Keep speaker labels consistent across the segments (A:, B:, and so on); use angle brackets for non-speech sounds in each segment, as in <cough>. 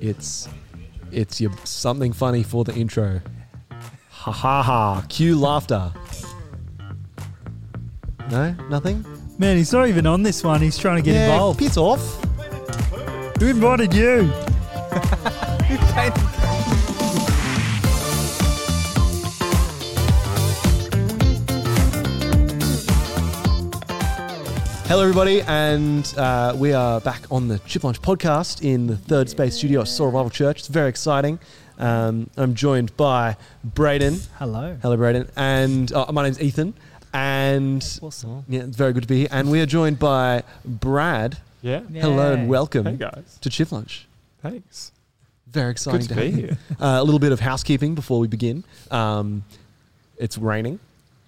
A: it's it's your something funny for the intro. Ha ha ha. Cue laughter. No, nothing.
B: Man, he's not even on this one. He's trying to get
A: yeah,
B: involved.
A: piss off.
B: Who invited you?
A: Hello, everybody, and uh, we are back on the Chip Lunch podcast in the Third Space Studio at Soul Revival Church. It's very exciting. Um, I'm joined by Braden.
B: Hello.
A: Hello, Braden, and uh, my name's Ethan. And
B: Awesome.
A: yeah, it's very good to be here. And we are joined by Brad.
C: Yeah.
A: Hello and welcome
C: Hey guys.
A: to Chip Lunch.
C: Thanks.
A: Very exciting
C: Good to
A: have
C: be
A: you.
C: here.
A: Uh, a little bit of housekeeping before we begin. Um, it's raining.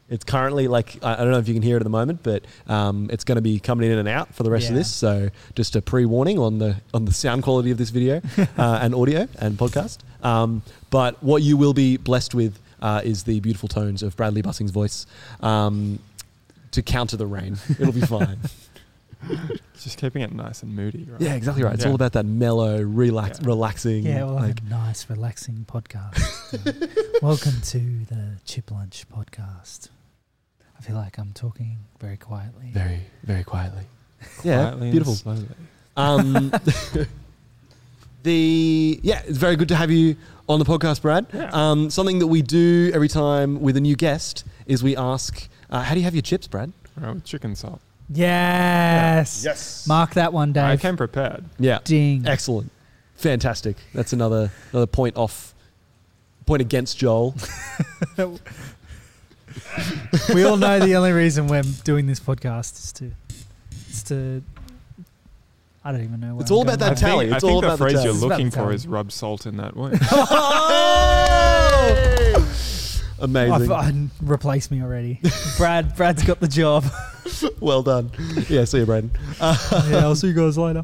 A: It's currently like I I don't know if you can hear it at the moment, but um, it's going to be coming in and out for the rest of
B: Yeah.
A: this. So just a pre-warning on the on the sound quality of this <laughs> video uh, and audio and podcast. Um, but what you will be blessed with uh, is the beautiful tones of Bradley Bussing's voice um, to counter the rain. It'll be fine.
C: Just keeping it nice and moody, right?
A: <laughs> yeah, exactly right. It's
C: Yeah.
A: all about that mellow, relax,
C: Yeah.
A: relaxing.
B: Yeah, well,
A: like,
B: a nice, relaxing
A: <laughs>
B: podcast. Uh, welcome to the Chip Lunch podcast. I feel like I'm talking very quietly.
A: very very quietly.
C: Quietly
A: yeah,
C: and
A: beautiful.
C: slowly.
A: Um, the yeah, it's very good to have you on the podcast, Brad.
C: Yeah.
A: Um, something that we do every time with a new guest is we ask, uh, "How do you have your chips, Brad?"
C: Right, with chicken salt.
B: Yes.
D: Yes.
B: Mark that one, Dave.
C: I came prepared.
A: Yeah,
B: Ding.
A: excellent, fantastic. That's another another point off, point against Joel.
B: we all know the only reason we're doing this podcast is to, is to. I don't even know. Where
A: It's
B: I'm
A: all
B: going
A: about that
B: with
A: tally.
C: I think,
A: It's
C: I think
A: all
C: the
A: about the
C: phrase
A: tally.
C: you're
B: It's about the
C: looking for
B: tally.
C: is rub salt in
A: <laughs>
C: that one.
B: <laughs> Oh!
A: Amazing.
B: I've, I replaced me already. Brad, Brad's got the job.
A: well done. Yeah, see you, Braden.
B: <laughs> yeah, I'll see you guys later.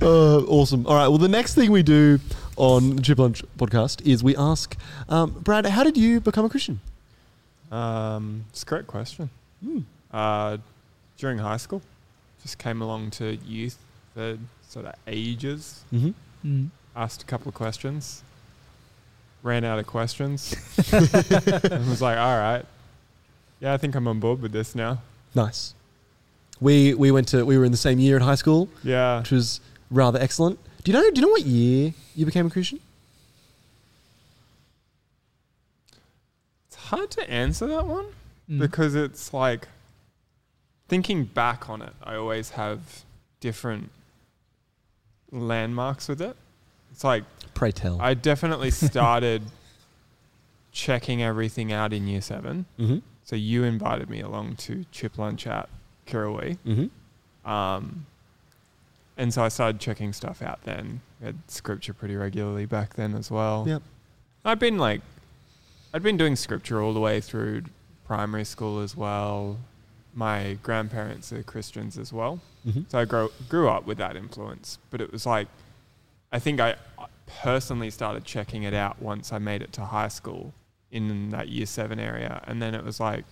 A: Uh, awesome. All right. Well, the next thing we do on the Chip Lunch podcast is we ask, um, Brad, how did you become a Christian?
C: um, it's a great question.
A: Hmm.
C: Uh, during high school, just came along to youth for sort of ages.
A: Mm-hmm.
B: Mm.
C: Asked a couple of questions. Ran out
A: <laughs>
C: of questions. <laughs> and was like, all right. Yeah, I think I'm on board with this now.
A: Nice. We we went to we were in the same year at high school,
C: Yeah.
A: which was rather excellent. Do you know do you know what year you became a Christian?
C: It's hard to answer that one.
B: Mm.
C: because it's like thinking back on it, I always have different landmarks with it. It's like
A: Pray tell.
C: I definitely started checking everything out in year seven.
A: mm-hmm.
C: So you invited me along to chip lunch at Kirawee.
A: Mm-hmm.
C: Um, and so I started checking stuff out then. We had scripture pretty regularly back then as well.
A: Oh. Yep.
C: I've been like, I'd been doing scripture all the way through primary school as well. My grandparents are Christians as well.
A: Mm-hmm.
C: So I grow, grew up with that influence. But it was like, I think I personally started checking it out once I made it to high school in that year seven area. And then it was like,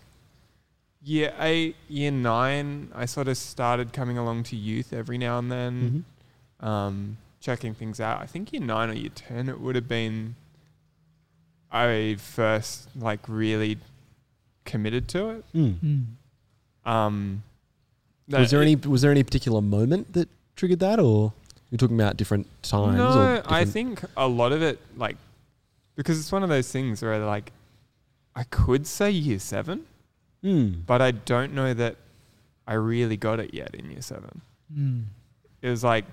C: year eight, year nine, I sort of started coming along to youth every now and
A: Mm-hmm.
C: then, um, checking things out. I think year nine or year 10, it would have been I first like really committed to it.
A: Mm.
B: Mm.
C: Um, no,
A: Was there
C: it-
A: any was there any particular moment that triggered that, or you're talking about different times?
C: No,
A: or different,
C: I think a lot of it, like, because it's one of those things where, like, I could say year seven,
A: Mm.
C: but I don't know that I really got it yet in year seven.
B: Mm.
C: It was like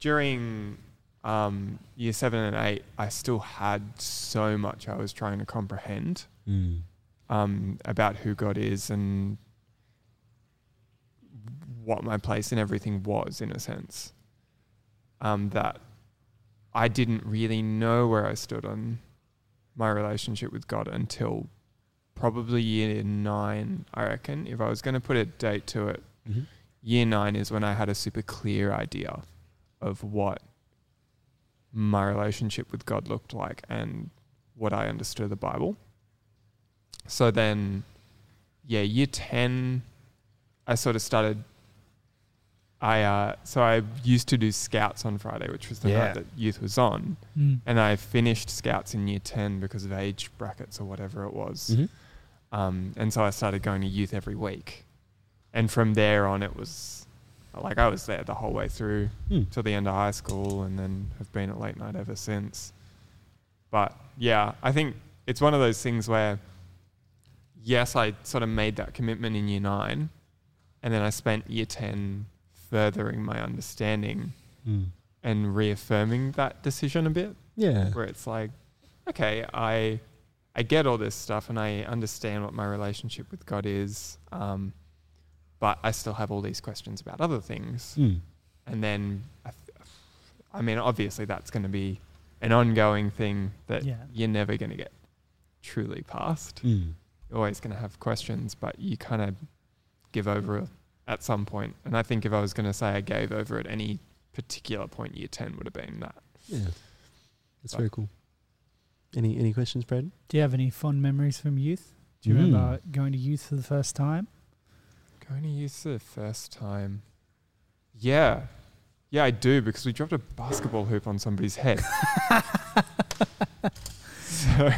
C: during um, year seven and eight, I still had so much I was trying to comprehend
A: Mm.
C: um, about who God is and what my place in everything was, in a sense. Um, that I didn't really know where I stood on my relationship with God until probably year nine, I reckon. If I was going to put a date to it,
A: Mhm.
C: year nine is when I had a super clear idea of what my relationship with God looked like and what I understood the Bible. So then, yeah, year 10, I sort of started I uh, so I used to do scouts on Friday, which was the
A: Yeah.
C: night that youth was on,
B: Mm.
C: and I finished scouts in year ten because of age brackets or whatever it was.
A: Mhm.
C: Um, and so I started going to youth every week, and from there on, it was like I was there the whole way through
A: Hmm.
C: till the end of high school, and then have been at late night ever since. But yeah, I think it's one of those things where, yes, I sort of made that commitment in year nine, and then I spent year ten furthering my understanding
A: Mm.
C: and reaffirming that decision a bit
A: Yeah.
C: where it's like, okay, I I get all this stuff and I understand what my relationship with God is, um, but I still have all these questions about other things.
A: Mm.
C: And then, I, th- I mean, obviously that's going to be an ongoing thing that
B: Yeah.
C: you're never going to get truly past.
A: Mm.
C: You're always going to have questions, but you kind of give over at some point. And I think if I was going to say I gave over at any particular point, year ten would have been that.
A: Yeah. That's very cool. Any any questions, Braden?
B: Do you have any fond memories from youth? Do you
A: Mm.
B: remember going to youth for the first time?
C: Going to youth for the first time. Yeah. Yeah, I do because we dropped a basketball hoop on somebody's
A: <laughs>
C: head. so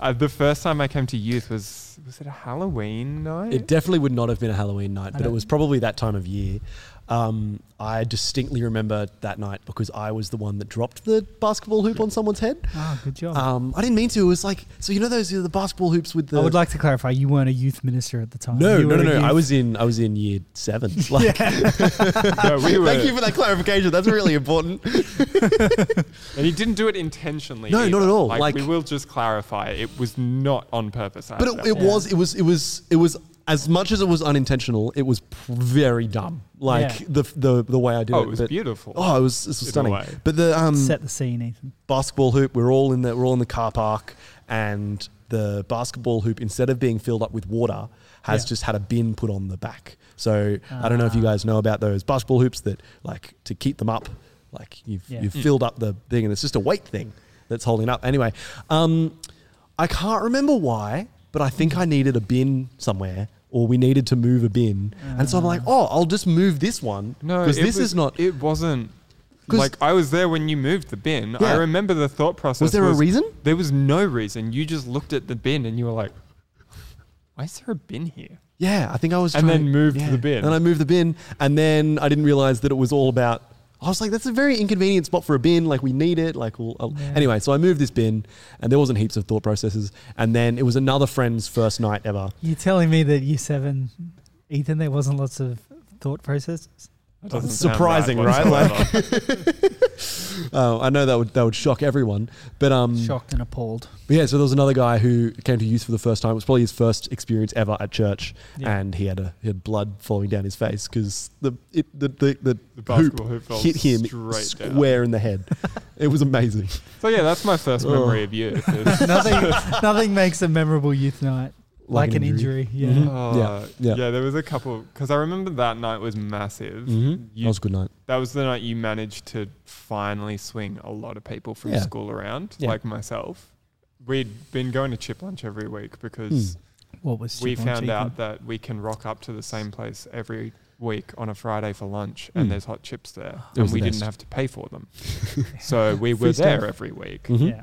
C: uh, the first time I came to youth was was it a Halloween night?
A: It definitely would not have been a Halloween night,
B: I
A: but it
B: don't-
A: was probably that time of year. Um, I distinctly remember that night because I was the one that dropped the basketball hoop on someone's head.
B: Oh, good job.
A: Um, I didn't mean to. It was like so you know those the basketball hoops with the.
B: I would like to clarify you weren't a youth minister at the time.
A: no,
B: You
A: no,
B: were
A: no,
B: a
A: no. I
B: youth-
A: was in I was in year seven. Like,
C: no, we
A: <laughs>
C: were,
A: Thank you for that clarification. That's really important.
C: and he didn't do it intentionally.
A: No, not
C: either.
A: at all.
C: Like,
A: Like-
C: we will just clarify, it was not on purpose.
A: But it, it
B: Yeah.
A: was it was it was it was as much as it was unintentional. It was pr- very dumb. Like
B: Yeah.
A: the the the way I did
C: oh,
A: it.
C: it was
A: but-
C: beautiful.
A: Oh, it was, this was
C: In a
A: stunning.
C: way.
A: But the um,
B: <laughs> set the scene, Ethan.
A: basketball hoop. We're all in the we're all in the car park, and the basketball hoop instead of being filled up with water, has
B: Yeah. Ah.
A: just had a bin put on the back. So I don't know if you guys know about those basketball hoops that like to keep them up, like you've
B: Yeah.
C: Mm.
A: you've filled up the thing, and it's just a weight thing that's holding it up. Anyway, um, I can't remember why, but I think I needed a bin somewhere. Or we needed to move a bin, and so I'm
B: Ah.
A: like, "Oh, I'll just move this one
C: No,
A: because
C: it
A: this
C: was-
A: is not."
C: It wasn't.
A: 'Cause-
C: Like I was there when you moved the bin.
A: Yeah.
C: I remember the thought process.
A: Was there a reason?
C: There was no reason. You just looked at the bin and you were like, "Why is there a bin here?"
A: Yeah, I think I was.
C: And
A: trying-
C: then moved the bin.
A: And I moved the bin, and then I didn't realize that it was all about. I was like, that's a very inconvenient spot for a bin. Like we need it. Like we'll. I'll-"
B: Yeah.
A: Anyway, so I moved this bin, and there wasn't heaps of thought processes. And then it was another friend's first night ever.
B: You're telling me that year seven, Ethan, there wasn't lots of thought processes?
C: That doesn't
A: It's
C: sound
A: surprising, right?
C: whatsoever.
A: Uh, I know that would that would shock everyone, but um,
B: Shocked and appalled. <laughs>
A: But yeah, so there was another guy who came to youth for the first time. It was probably his first experience ever at church,
B: Yeah.
A: and he had a he had blood flowing down his face because the it, the the, the,
C: The
A: hoop,
C: basketball hoop fell
A: hit him
C: straight down.
A: square in the
C: <laughs>
A: head. it was amazing.
C: so yeah, that's my first
A: Oh.
C: memory
A: <laughs>
C: of you. is-
B: nothing, <laughs> nothing makes a memorable youth night like, an injury. Mm-hmm. Yeah.
A: Mhm.
C: Oh,
A: Yeah, yeah.
C: There was a couple because I remember that night was massive.
A: Mhm.
C: You-
A: that was a good night.
C: that was the night you managed to finally swing a lot of people from
A: Yeah.
C: school around,
A: Yeah.
C: like myself. We'd been going to chip lunch every week
A: Hmm.
C: because.
B: What was
C: we
B: Chip on
C: found
B: Chip
C: out
B: and-
C: that we can rock up to the same place every week on a Friday for lunch, and
A: Mm.
C: there's hot chips there,
A: It was
C: and
A: the
C: we
A: best.
C: didn't have to pay for
A: <laughs>
C: them. so we
B: Free
C: were
B: stuff.
C: there every week.
A: Mhm.
B: Yeah.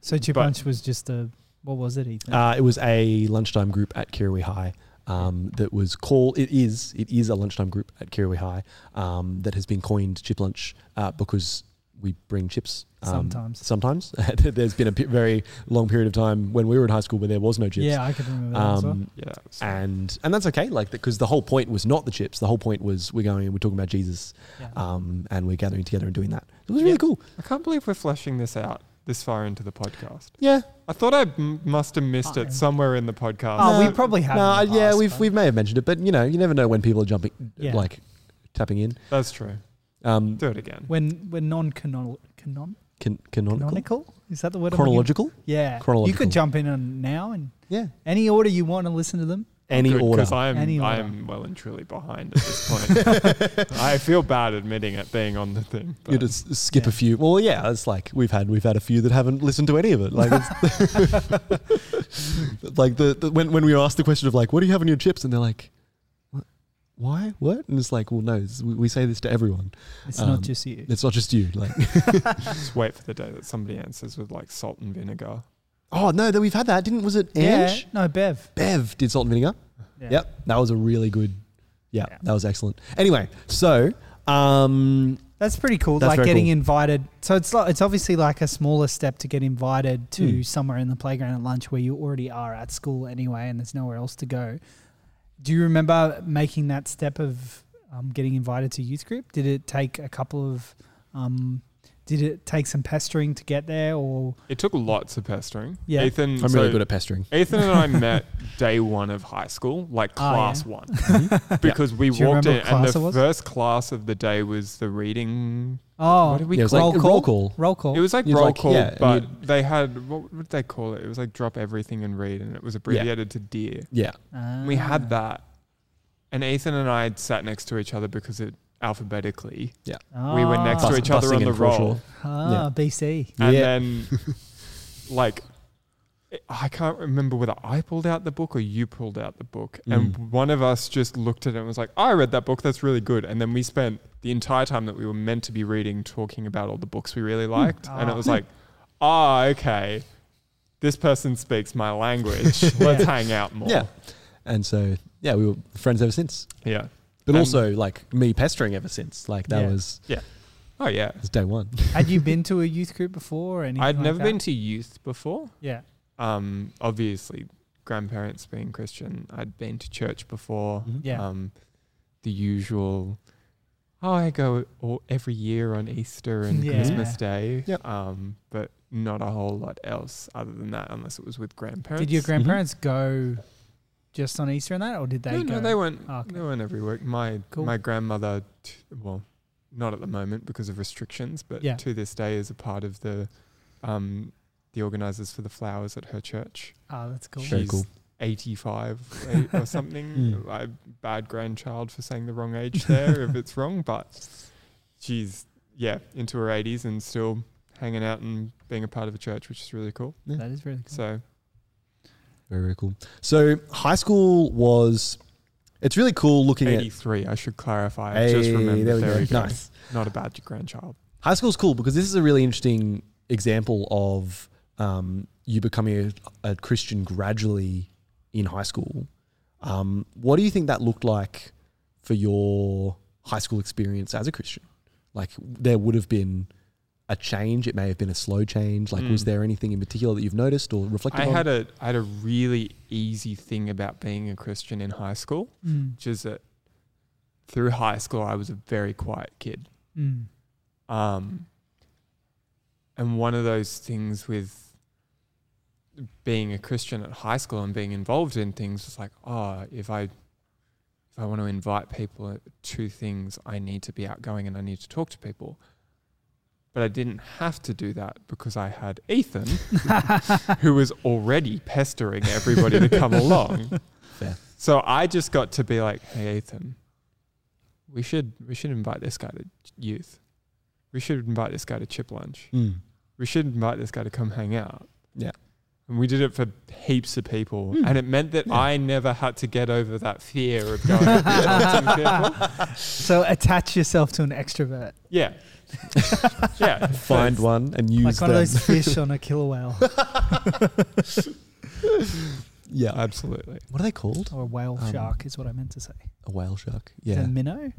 B: So Chip
C: But-
B: Lunch was just a what was it, Ethan?
A: Uh, it was a lunchtime group at Kirrawee High um, that was called. It is. It is a lunchtime group at Kirrawee High um, that has been coined Chip Lunch uh, because we bring chips um,
B: Sometimes.
A: Sometimes <laughs> there's been a pe- very long period of time when we were in high school where there was no chips.
B: yeah, I could remember that as well.
A: Um,
C: Yeah, that was
A: and and that's okay, like because the whole point was not the chips. The whole point was we're going and we're talking about Jesus,
B: Yeah.
A: um, and we're gathering together and doing that. It was really
B: Yeah.
A: cool.
C: I can't believe we're fleshing this out this far into the podcast.
A: Yeah,
C: I thought I m- must have missed
B: Fine.
C: it somewhere in the podcast.
B: oh,
A: no,
B: we probably have.
A: no,
B: in the
A: yeah,
B: past,
A: we've
B: but-
A: we may have mentioned it, but you know, you never know when people are jumping,
B: Yeah.
A: like tapping in.
C: That's true.
A: Um,
C: Do it again.
B: when when non canonical canon,
A: can, canonical,
B: canonical is that the word? I'm looking-
A: chronological,
B: Yeah, you
A: Chronological.
B: could jump in on now and
A: yeah,
B: any order you want to listen to them.
A: any order.
C: Because
B: Any
C: I'm,
B: order.
C: I'm well and truly behind at this point.
A: <laughs>
C: <laughs> I feel bad admitting it being on the thing. But
A: You just skip
B: Yeah.
A: a few. Well, yeah, it's like we've had we've had a few that haven't listened to any of it. Like, it's
B: <laughs>
A: <laughs> like the, the when when we asked the question of like, what do you have on your chips, and they're like, what, why? What? And it's like, well, no, this- we, we say this to everyone.
B: It's
A: Um,
B: not just you.
A: It's not just you.
B: <laughs>
A: Like, <laughs>
C: Just wait for the day that somebody answers with like salt and vinegar.
A: oh no, that we've had that, didn't? Was it Ange?
B: Yeah. No, Bev.
A: Bev did salt and vinegar.
B: Yeah.
A: Yep, that was a really good. Yeah,
B: Yeah.
A: that was excellent. Anyway, so um,
B: That's pretty cool.
A: That's
B: like
A: very
B: getting
A: cool.
B: invited. So it's like, it's obviously like a smaller step to get invited to
A: Hmm.
B: somewhere in the playground at lunch where you already are at school anyway, and there's nowhere else to go. Do you remember making that step of um, getting invited to youth group? Did it take a couple of? Um, did it take some pestering to get there, or
C: It took lots of pestering.
B: Yeah.
C: Ethan.
A: I'm really good at pestering.
C: Ethan and I met day one of high school, like
B: Ah, yeah.
C: class
B: <laughs>
C: one, because we
B: Do you
C: walked
B: remember what
C: in, and
B: class
C: the
B: it was?
C: first class of the day was the reading.
B: oh,
C: what did we
A: Yeah, it was like
B: roll,
A: a
B: call?
A: roll call.
B: Roll call.
C: It was like
A: You'd
C: roll
A: like-
C: call,
A: yeah, and
C: but they had what would they call it? It was like drop everything and read, and it was abbreviated to dear.
A: Yeah,
B: Ah.
C: We
A: Mm.
C: had that, and Ethan and I had sat next to each other because it alphabetically we were next
B: Ah.
C: to each other
A: busing
C: on the
A: and crucial.
C: roll,
B: Ah,
A: Yeah.
B: BC.
C: and
A: Yeah. <laughs>
C: then like. it- I can't remember whether I pulled out the book or you pulled out the book.
A: Mm.
C: And one of us just looked at it and was like, I read that book. That's really good. And then we spent the entire time that we were meant to be reading talking about all the books we really liked.
A: Mm.
C: And it
B: Ah.
C: was like, ah, okay. This person speaks my
A: <laughs>
C: language. Let's hang out more.
A: yeah, and so yeah, we were friends ever since.
C: Yeah.
A: But
C: Um,
A: also like me pestering ever since. Like that
B: Yeah.
A: was,
C: Oh, yeah.
A: was day one.
B: Had you been to a youth group before? Or anything
C: I'd
B: like
C: never
B: that?
C: been to youth before.
B: Yeah.
C: Um, obviously, grandparents being Christian, I'd been to church before.
B: <laughs> Mm,
A: Uh,
B: Yeah.
C: um, the usual. Oh, I go all, every year on Easter and
B: Yeah.
C: Christmas Day,
A: Yep.
C: um, but not a whole lot else other than that, unless it was with grandparents.
B: Did your grandparents go
A: Mm-hmm.
B: just on Easter and that, or did they
C: No,
B: go?
C: no, they weren't.
B: Oh, okay.
C: They weren't every week. My
B: Cool.
C: my grandmother, t- well, not at the moment because of restrictions, but
B: Yeah.
C: to this day is a part of the um, the organisers for the flowers at her church.
B: oh, that's cool.
A: Very
C: She's
A: cool. <laughs>
C: 85 eight or something.
A: Mm.
C: I bad grandchild for saying the wrong age there if it's wrong, but she's yeah into her 80s and still hanging out and being a part of a church, which is really cool.
B: That is really cool.
C: So
A: Very very cool. So high school was. It's really cool looking at.
C: 83, I should clarify. I just
A: Hey,
C: remember
A: there
C: there,
A: we go.
C: we go.
A: Nice.
C: Not a bad grandchild.
A: High school's cool because this is a really interesting example of um, you becoming a, a Christian gradually in high school. Um, what do you think that looked like for your high school experience as a Christian? Like, there would have been a change. It may have been a slow change. Like, was
C: Mm.
A: there anything in particular that you've noticed or reflected
C: I
A: on?
C: had a I had a really easy thing about being a Christian in high school,
B: Mm,
C: which is that through high school I was a very quiet kid.
A: <laughs>
B: mm,
C: Um, and one of those things with being a Christian at high school and being involved in things was like, oh, if I if I want to invite people to things, I need to be outgoing and I need to talk to people. But I didn't have to do that because I had Ethan, who was already pestering everybody to come along.
A: Fair.
C: So I just got to be like, "Hey, Ethan, we should we should invite this guy to youth. We should invite this guy to chip lunch.
A: Mm.
C: We should invite this guy to come hang out."
A: Yeah.
C: And we did it for heaps of people,
A: Hmm.
C: and it meant that
A: Yeah.
C: I never had to get over that fear of going.
A: <laughs>
C: to some people.
B: <laughs> So attach yourself to an
A: <laughs>
B: extrovert,
C: Yeah, yeah.
A: Find one and use
B: like one
A: them.
B: of those fish on a killer whale
A: <laughs>
C: <laughs>
A: yeah.
C: absolutely.
A: What are they called?
B: or a whale
A: Um,
B: shark, is what I meant to say.
A: A whale shark.
B: Is it
A: Yeah.
B: a minnow?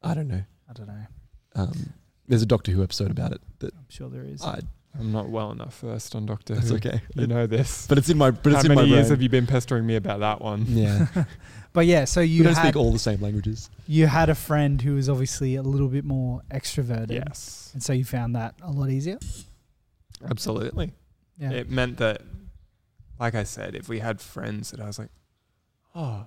A: I don't know.
B: I don't know.
A: Um, there's a Doctor Who episode about it that
B: I'm sure there is.
A: I,
C: I'm not well enough versed on Doctor
A: that's
C: Who.
A: okay.
C: You know this.
A: But it's in my but it's
C: How
A: in
C: many
A: my brain.
C: years have you been pestering me about that one?
A: Yeah,
B: but yeah, so
A: you
B: you
A: don't
B: had
A: speak all the same languages.
B: you had a friend who was obviously a little bit more
A: Mm.
B: extroverted,
C: Yes,
B: and so you found that a lot easier.
C: absolutely.
B: Yeah.
C: It meant that, like I said, if we had friends that I was like, oh, I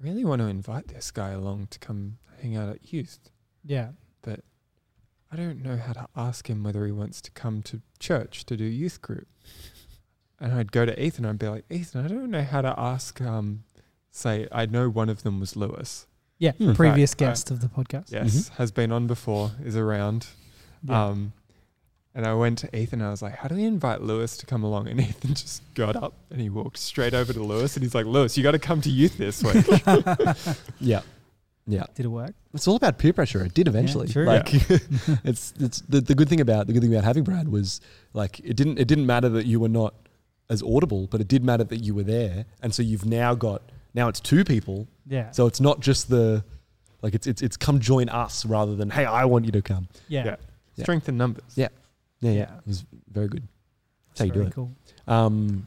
C: really want to invite this guy along to come hang out at youth.
B: yeah.
C: I don't know how to ask him whether he wants to come to church to do youth group. And I'd go to Ethan, I'd be like, Ethan, I don't know how to ask, um, say, I know one of them was Lewis.
B: Yeah.
A: Hmm.
B: Previous
C: Right, uh,
B: guest of the podcast.
C: Yes, has been on before, is around.
B: Yeah.
C: Um, and I went to Ethan. I was like, "How do we invite Lewis to come along?" And <laughs> Ethan just got up
A: <laughs>
C: and he walked straight over to Lewis, and he's like, "Lewis, you got to come to youth this week."
A: Yeah, Yeah.
B: Did it work?
A: It's all about peer pressure. It did eventually.
B: true.
A: Like <laughs> it's it's the, the good thing about the good thing about having Brad was like it didn't it didn't matter that you were not as audible, but it did matter that you were there. And so you've now got now it's two people.
B: Yeah.
A: So it's not just the like it's it's it's come join us rather than hey, I want you to come.
B: yeah.
C: yeah.
A: Yeah.
C: Strength in numbers.
A: Yeah. Yeah, yeah.
B: Yeah.
A: It was very good.
B: It's
A: how you do
B: very
A: it.
B: Cool.
A: Um,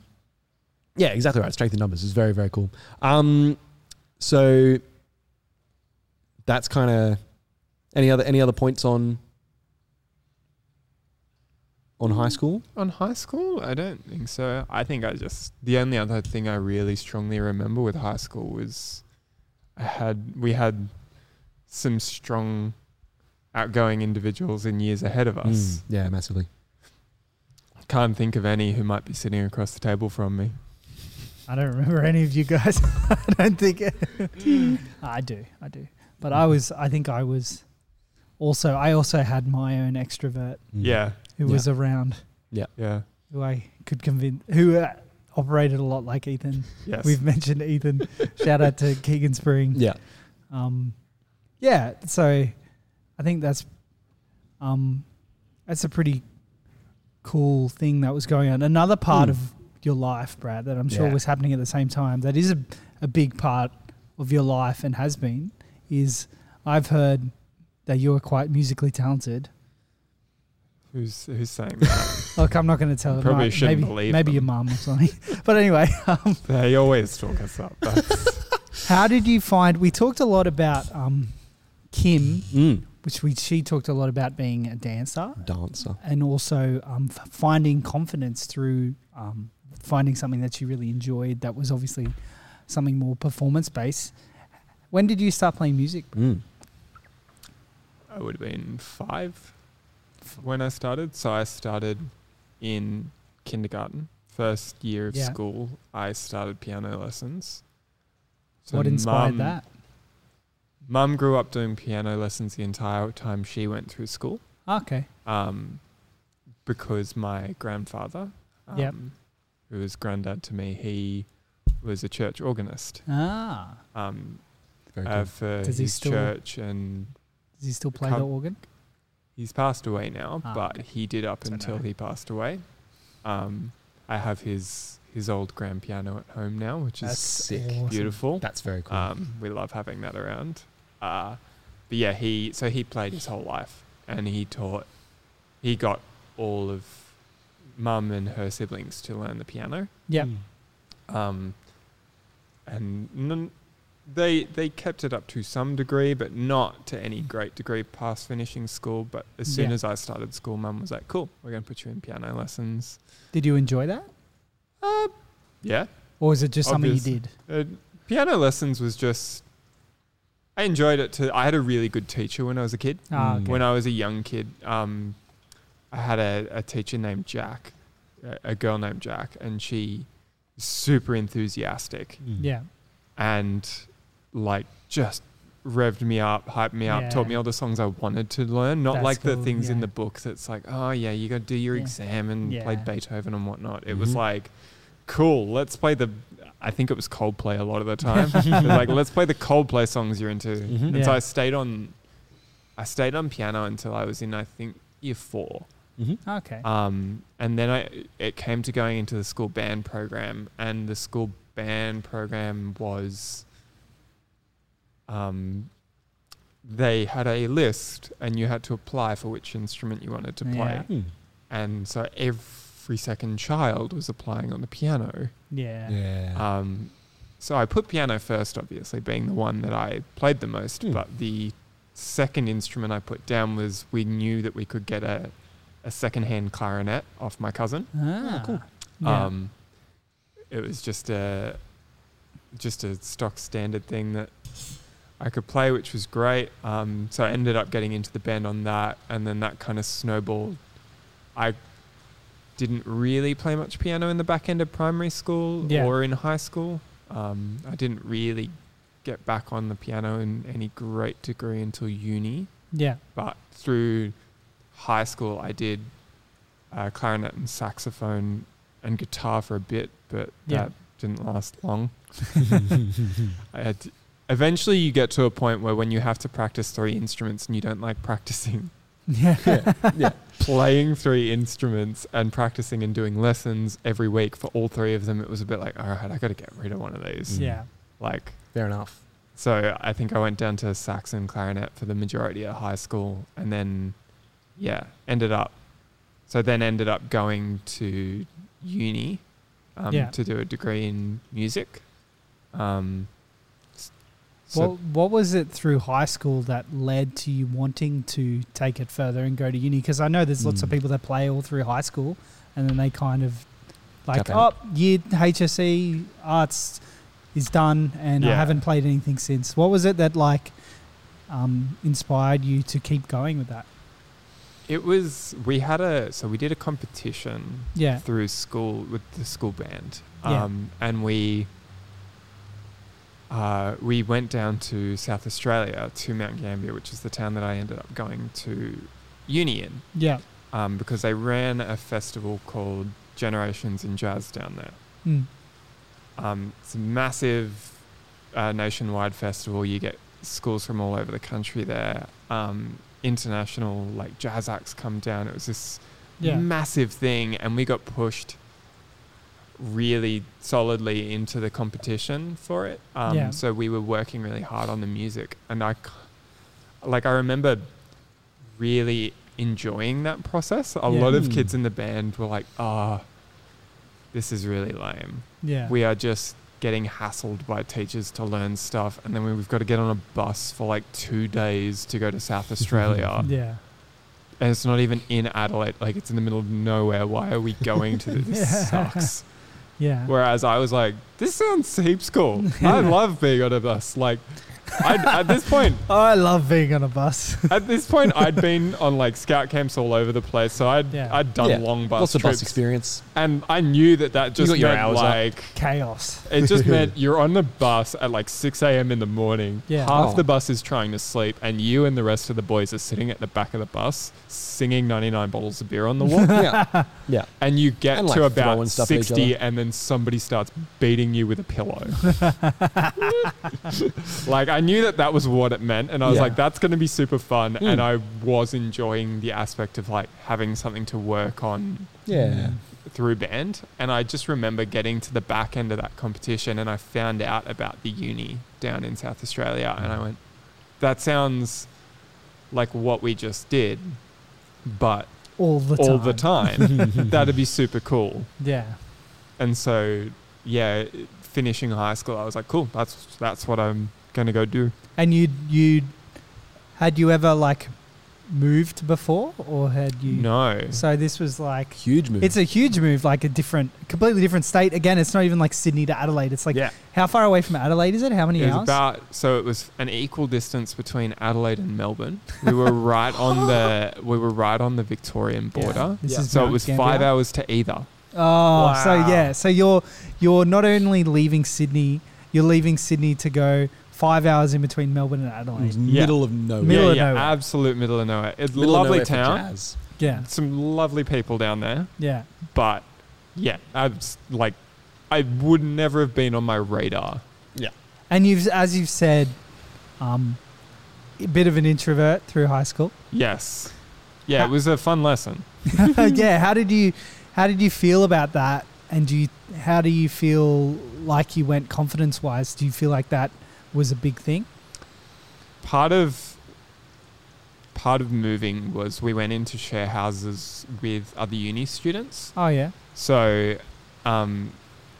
A: yeah, exactly right. Strength in numbers is very, very cool. Um, so that's kind of any other any other points on on high school?
C: On high school, I don't think so. I think I just the only other thing I really strongly remember with high school was I had we had some strong outgoing individuals in years ahead of us.
A: Mm, yeah, massively.
C: Can't think of any who might be sitting across the table from me.
B: I don't remember any of you guys. <laughs> I don't think. <laughs> I do. I do. But I was. I think I was. Also, I also had my own extrovert
A: Mm.
C: Yeah.
B: who
A: Yeah.
B: was around,
C: Yeah.
B: who I could convince, who uh, operated a lot like Ethan.
C: Yes.
B: We've mentioned Ethan. Shout out to Keegan Spring.
A: yeah,
B: Um, yeah, so I think that's um, that's a pretty cool thing that was going on. Another part
C: Hmm.
A: Mm.
B: of your life, Brad, that I'm sure
A: Yeah.
B: was happening at the same time, that is a, a big part of your life and has been, is I've heard that you're quite musically talented.
C: who's
A: <laughs>
C: who's saying that?
B: Look, I'm not going to tell
C: You
B: them.
C: probably
B: I-
C: shouldn't
B: maybe,
C: believe
B: Maybe
C: them.
B: your mum or something. <laughs> but anyway, um,
C: they always talk us up. That's-
B: how did you find? We talked a lot about um, Kim,
A: mm.
B: which we she talked a lot about being a dancer.
A: dancer.
B: and also um, f- finding confidence through um, finding something that you really enjoyed that was obviously something more performance based. When did you start playing music?
A: Mm.
C: <laughs> I would have been five when I started. So I started in kindergarten, first year of
B: Yeah.
C: school. I started piano lessons. So
B: what inspired
C: mum-
B: that?
C: Mum grew up doing piano lessons the entire time she went through school,
B: Okay.
C: um, because my grandfather, um,
B: Yep.
C: who was granddad to me, he was a church organist
B: Ah. um,
C: um,
A: Very
C: uh,
A: cool.
C: for
B: Does
C: his
B: he still-
C: church, and
B: Does he still play the
C: Can't-
B: organ?
C: He's passed away now,
B: Ah,
C: but he did up
B: So no.
C: until he passed away. Um, I have his his old grand piano at home now, which is
A: sick.
B: awesome.
C: beautiful.
A: That's very cool.
C: Um, we love having that around. Uh, but yeah, he so he played his whole life, and he taught. He got all of mum and her siblings to learn the piano,
B: Yeah.
A: Mm.
C: um, and none, they they kept it up to some degree, but not to any great degree past finishing school. But as soon
B: Yeah.
C: as I started school, mum was like, "Cool, we're going to put you in piano lessons."
B: Did you enjoy that?
C: Yeah,
B: Or is it just something
C: Obviously.
B: you did?
C: Uh, piano lessons was just. I enjoyed it. To I had a really good teacher when I was a kid.
B: Ah,
A: Mm.
B: okay.
C: When I was a young kid, um, I had a, a teacher named Jack, a, a girl named Jack, and she was super enthusiastic
A: Mm.
B: Yeah.
C: and like just revved me up, hyped me up, taught
B: Yeah.
C: me all the songs I wanted to learn, not
B: That's
C: like the
B: cool,
C: things in
B: yeah.
C: the book that's like, oh yeah, you got to do your
B: Yeah.
C: exam and play
B: Yeah.
C: Beethoven and whatnot. It was
A: Mhm.
C: like, cool, let's play the. I think it was Coldplay a lot
B: <laughs>
C: of the time. It was like, let's play the Coldplay songs you're into.
A: Mhm.
C: And so
B: Yeah.
C: I stayed on, I stayed on piano until I was in, I think, year four.
A: Mhm.
B: Okay.
C: Um, and then I it came to going into the school band program, and the school band program was um, they had a list, and you had to apply for which instrument you wanted to play.
B: Yeah.
A: Mm.
C: And so every second child was applying on the piano.
B: yeah.
A: Yeah.
C: Um, so I put piano first, obviously, being the one that I played the most.
A: Hmm.
C: But the second instrument I put down was we knew that we could get a, a secondhand clarinet off my cousin.
B: Ah.
A: cool.
B: Yeah.
C: Um, it was just a just a stock standard thing that I could play, which was great. Um, so I ended up getting into the band on that, and then that kind of snowballed. I didn't really play much piano in the back end of primary school
B: Yeah.
C: or in high school. Um, I didn't really get back on the piano in any great degree until uni
B: yeah. <laughs>
C: but through high school I did uh, clarinet and saxophone and guitar for a bit, but
B: Yeah.
C: that didn't last long. <laughs> I had eventually you get to a point where when you have to practice three instruments and you don't like practicing <laughs>
B: Yeah.
A: yeah, yeah.
C: playing three instruments and practicing and doing lessons every week for all three of them, it was a bit like, all right, I got to get rid of one of these.
A: Mm.
B: Yeah.
C: Like,
A: Fair enough.
C: so I think I went down to sax and clarinet for the majority of high school, and then yeah, ended up. So then ended up going to uni um,
B: Yeah.
C: to do a degree in music. Um, s- so
B: What, what was it through high school that led to you wanting to take it further and go to uni? Because I know there's lots of
C: Hmm.
A: Mm.
B: people that play all through high school and then they kind of like,
A: Tap
B: oh,
A: out.
B: year HSE arts is done and I
C: Yeah.
B: haven't played anything since. What was it that like um, inspired you to keep going with that?
C: it was we had a so we did a competition
B: Yeah.
C: through school with the school band.
B: Yeah.
C: Um, and we uh, we went down to South Australia to Mount Gambier, which is the town that I ended up going to uni in,
B: Yeah.
C: um, because they ran a festival called Generations in Jazz down there.
B: Mm.
C: Um, it's a massive uh, nationwide festival. You get schools from all over the country there. Um, international like jazz acts come down. It was this
B: Yeah.
C: massive thing, and we got pushed really solidly into the competition for it. Um,
B: Yeah.
C: So we were working really hard on the music, and I, c- like, I remember really enjoying that process. A
B: Yeah.
C: lot of
A: Mm.
C: kids in the band were like, "Ah, this is really lame.
B: Yeah.
C: We are just." Getting hassled by teachers to learn stuff, and then we- we've got to get on a bus for like two days to go
B: <laughs>
C: to South Australia
B: yeah.
C: and it's not even in Adelaide. Like it's in the middle of nowhere. Why are we going to
B: <laughs>
C: this? This
B: Yeah.
C: sucks.
B: Yeah.
C: Whereas I was like, this sounds heaps cool.
B: <laughs>
C: I love being on a bus. Like I'd, at this point,
B: I love being on a bus. <laughs>
C: at this point, I'd been on like scout camps all over the place, so I'd
B: Yeah.
C: I'd done
A: Yeah.
C: long bus
A: Lots of
C: trips,
A: bus
C: <laughs>
A: experience.
C: and I knew that that just
A: got your
C: meant
A: hours up.
C: like.
B: Chaos.
C: It just
A: <laughs>
C: meant you're on the bus at like 6 a.m. in the morning.
B: Yeah.
C: Half
A: Oh.
C: the bus is trying to sleep, and you and the rest of the boys are sitting at the back of the bus singing 99 bottles of
A: <laughs>
C: beer on the wall.
A: yeah, yeah.
C: and you get
A: And,
C: to
A: like,
C: about
A: throwing stuff at each
C: 60 and then somebody starts beating you with
A: <laughs>
C: a pillow <laughs> like i knew that that was what it meant and i was
A: Yeah.
C: like that's going to be super fun
A: Mm.
C: and i was enjoying the aspect of like having something to work on <laughs>
A: Yeah.
C: through band and i just remember getting to the back end of that competition and i found out about the uni down in south australia and
B: Mm.
C: i went that sounds like what we just did but
B: All the time.
C: all
B: <laughs>
C: the time that'd be super cool
B: Yeah.
C: and so yeah finishing high school i was like cool that's that's what i'm gonna go do
B: And you you had you ever like moved before or had you
C: no
B: So this was like
A: Huge move.
B: it's a huge move, like a different completely different state. Again, it's not even like Sydney to Adelaide. It's like
C: yeah
B: how far away from Adelaide is it? How many
C: it was
B: hours?
C: about so it was an equal distance between adelaide and melbourne we were right on
B: <gasps>
C: the we were right on the victorian
B: Yeah.
C: border
B: This
A: Yeah.
B: is
C: so it
B: Mount
C: was
B: Gambier.
C: five hours to either
B: Oh, so
C: Wow.
B: yeah. So you're you're not only leaving Sydney, you're leaving Sydney to go five hours in between Melbourne and
A: It was
B: Adelaide.
C: Mm-hmm.
A: Mm-hmm. middle of nowhere.
B: Middle
C: yeah,
B: of
C: yeah
B: nowhere.
C: absolute middle of nowhere it's
A: Middle of
C: lovely
A: nowhere for
C: town
A: jazz.
B: Yeah,
C: some lovely people down there
B: yeah,
C: but yeah i was like i would never have been on my radar
B: and you've as you've said, um, a bit of an introvert through high school.
C: Yes. Yeah, it was a fun lesson.
B: yeah, how did you how did you feel about that? And do you how do you feel like you went confidence wise? Do you feel like that was a big thing?
C: Part of part of moving was we went into share houses with other uni students.
B: Oh yeah.
C: So um,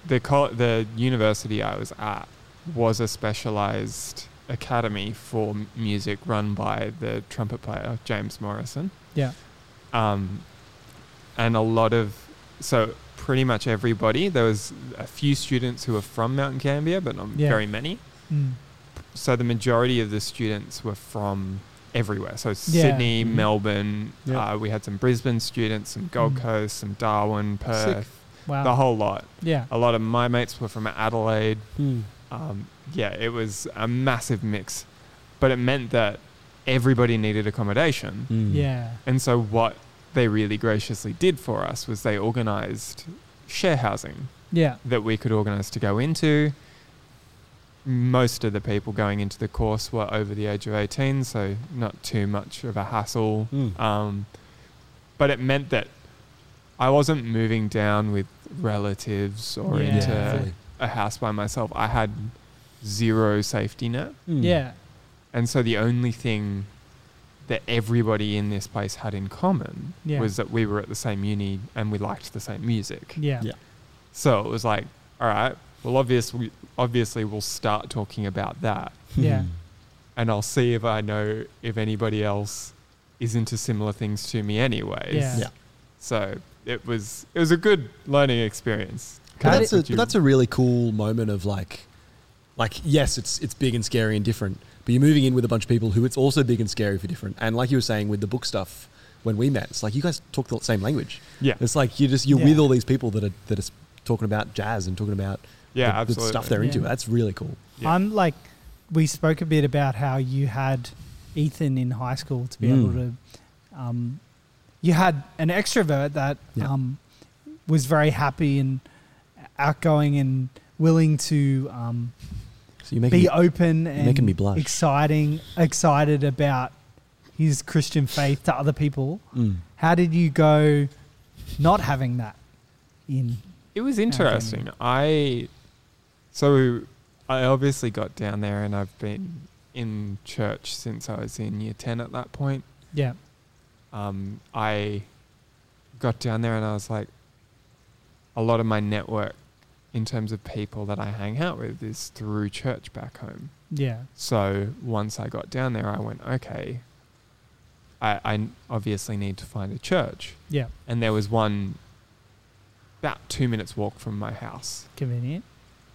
C: the col- the university I was at was a specialized academy for m- music run by the trumpet player James Morrison.
B: Yeah.
C: Um, and a lot of so pretty much everybody there was a few students who were from Mount Gambier, but not
B: Yeah.
C: very many.
B: Mm.
C: so the majority of the students were from everywhere. So
B: Yeah. Mm-hmm.
C: Sydney,
A: Mhm.
C: Melbourne.
A: Yeah.
C: Uh, we had some Brisbane students, some Gold
B: Mm.
C: Coast, some Darwin, Perth,
B: Wow.
C: the whole lot.
B: yeah.
C: A lot of my mates were from Adelaide.
A: Hmm.
C: Um, yeah, it was a massive mix, but it meant that everybody needed accommodation.
A: Hmm.
B: Yeah.
C: And so what they really graciously did for us was they organised share housing
B: Yeah.
C: that we could organise to go into. most of the people going into the course were over the age of 18, so not too much of a hassle.
A: Mm.
C: Um, but it meant that I wasn't moving down with relatives or
B: Yeah.
C: into
B: Yeah,
A: fully.
C: a house by myself. I had zero safety net.
A: Mm.
B: Yeah.
C: And so the only thing that everybody in this place had in common
B: Yeah.
C: was that we were at the same uni and we liked the same music.
B: Yeah.
A: Yeah.
C: So it was like, all right, well, obviously, obviously we'll start talking about that
B: Yeah.
A: Mm.
C: and I'll see if I know if anybody else is into similar things to me anyways.
B: Yeah.
A: Yeah.
C: So it was it was a good learning experience.
A: But
B: How
A: that's a
C: did-
A: but that's a really cool moment of like, like yes, it's it's big and scary and different, but you're moving in with a bunch of people who it's also big and scary for different. And like you were saying with the book stuff when we met, it's like you guys talk the same language.
C: Yeah.
A: It's like you just you're
B: Yeah.
A: with all these people that are that are s- talking about jazz and talking about
C: Yeah,
A: the, the
C: absolutely.
A: stuff they're into.
B: Yeah.
A: That's really cool.
C: Yeah.
B: I'm like, we spoke a bit about how you had Ethan in high school to be
A: Mm.
B: able to, um, you had an extrovert that
A: Yeah.
B: um, was very happy and outgoing and willing to um,
A: So you're making
B: be
A: me-
B: open
A: you're
B: and
A: making me blush.
B: exciting, excited about his Christian faith to other people.
A: Mm.
B: How did you go not having that in?
C: It was interesting. I so I obviously got down there and I've been in church since I was in year ten at that point.
B: Yeah.
C: Um, I got down there and I was like, a lot of my network in terms of people that I hang out with is through church back home.
B: Yeah.
C: So once I got down there, I went, okay, I, I n- obviously need to find a church.
B: Yeah.
C: And there was one about two minutes walk from my house,
B: Convenient.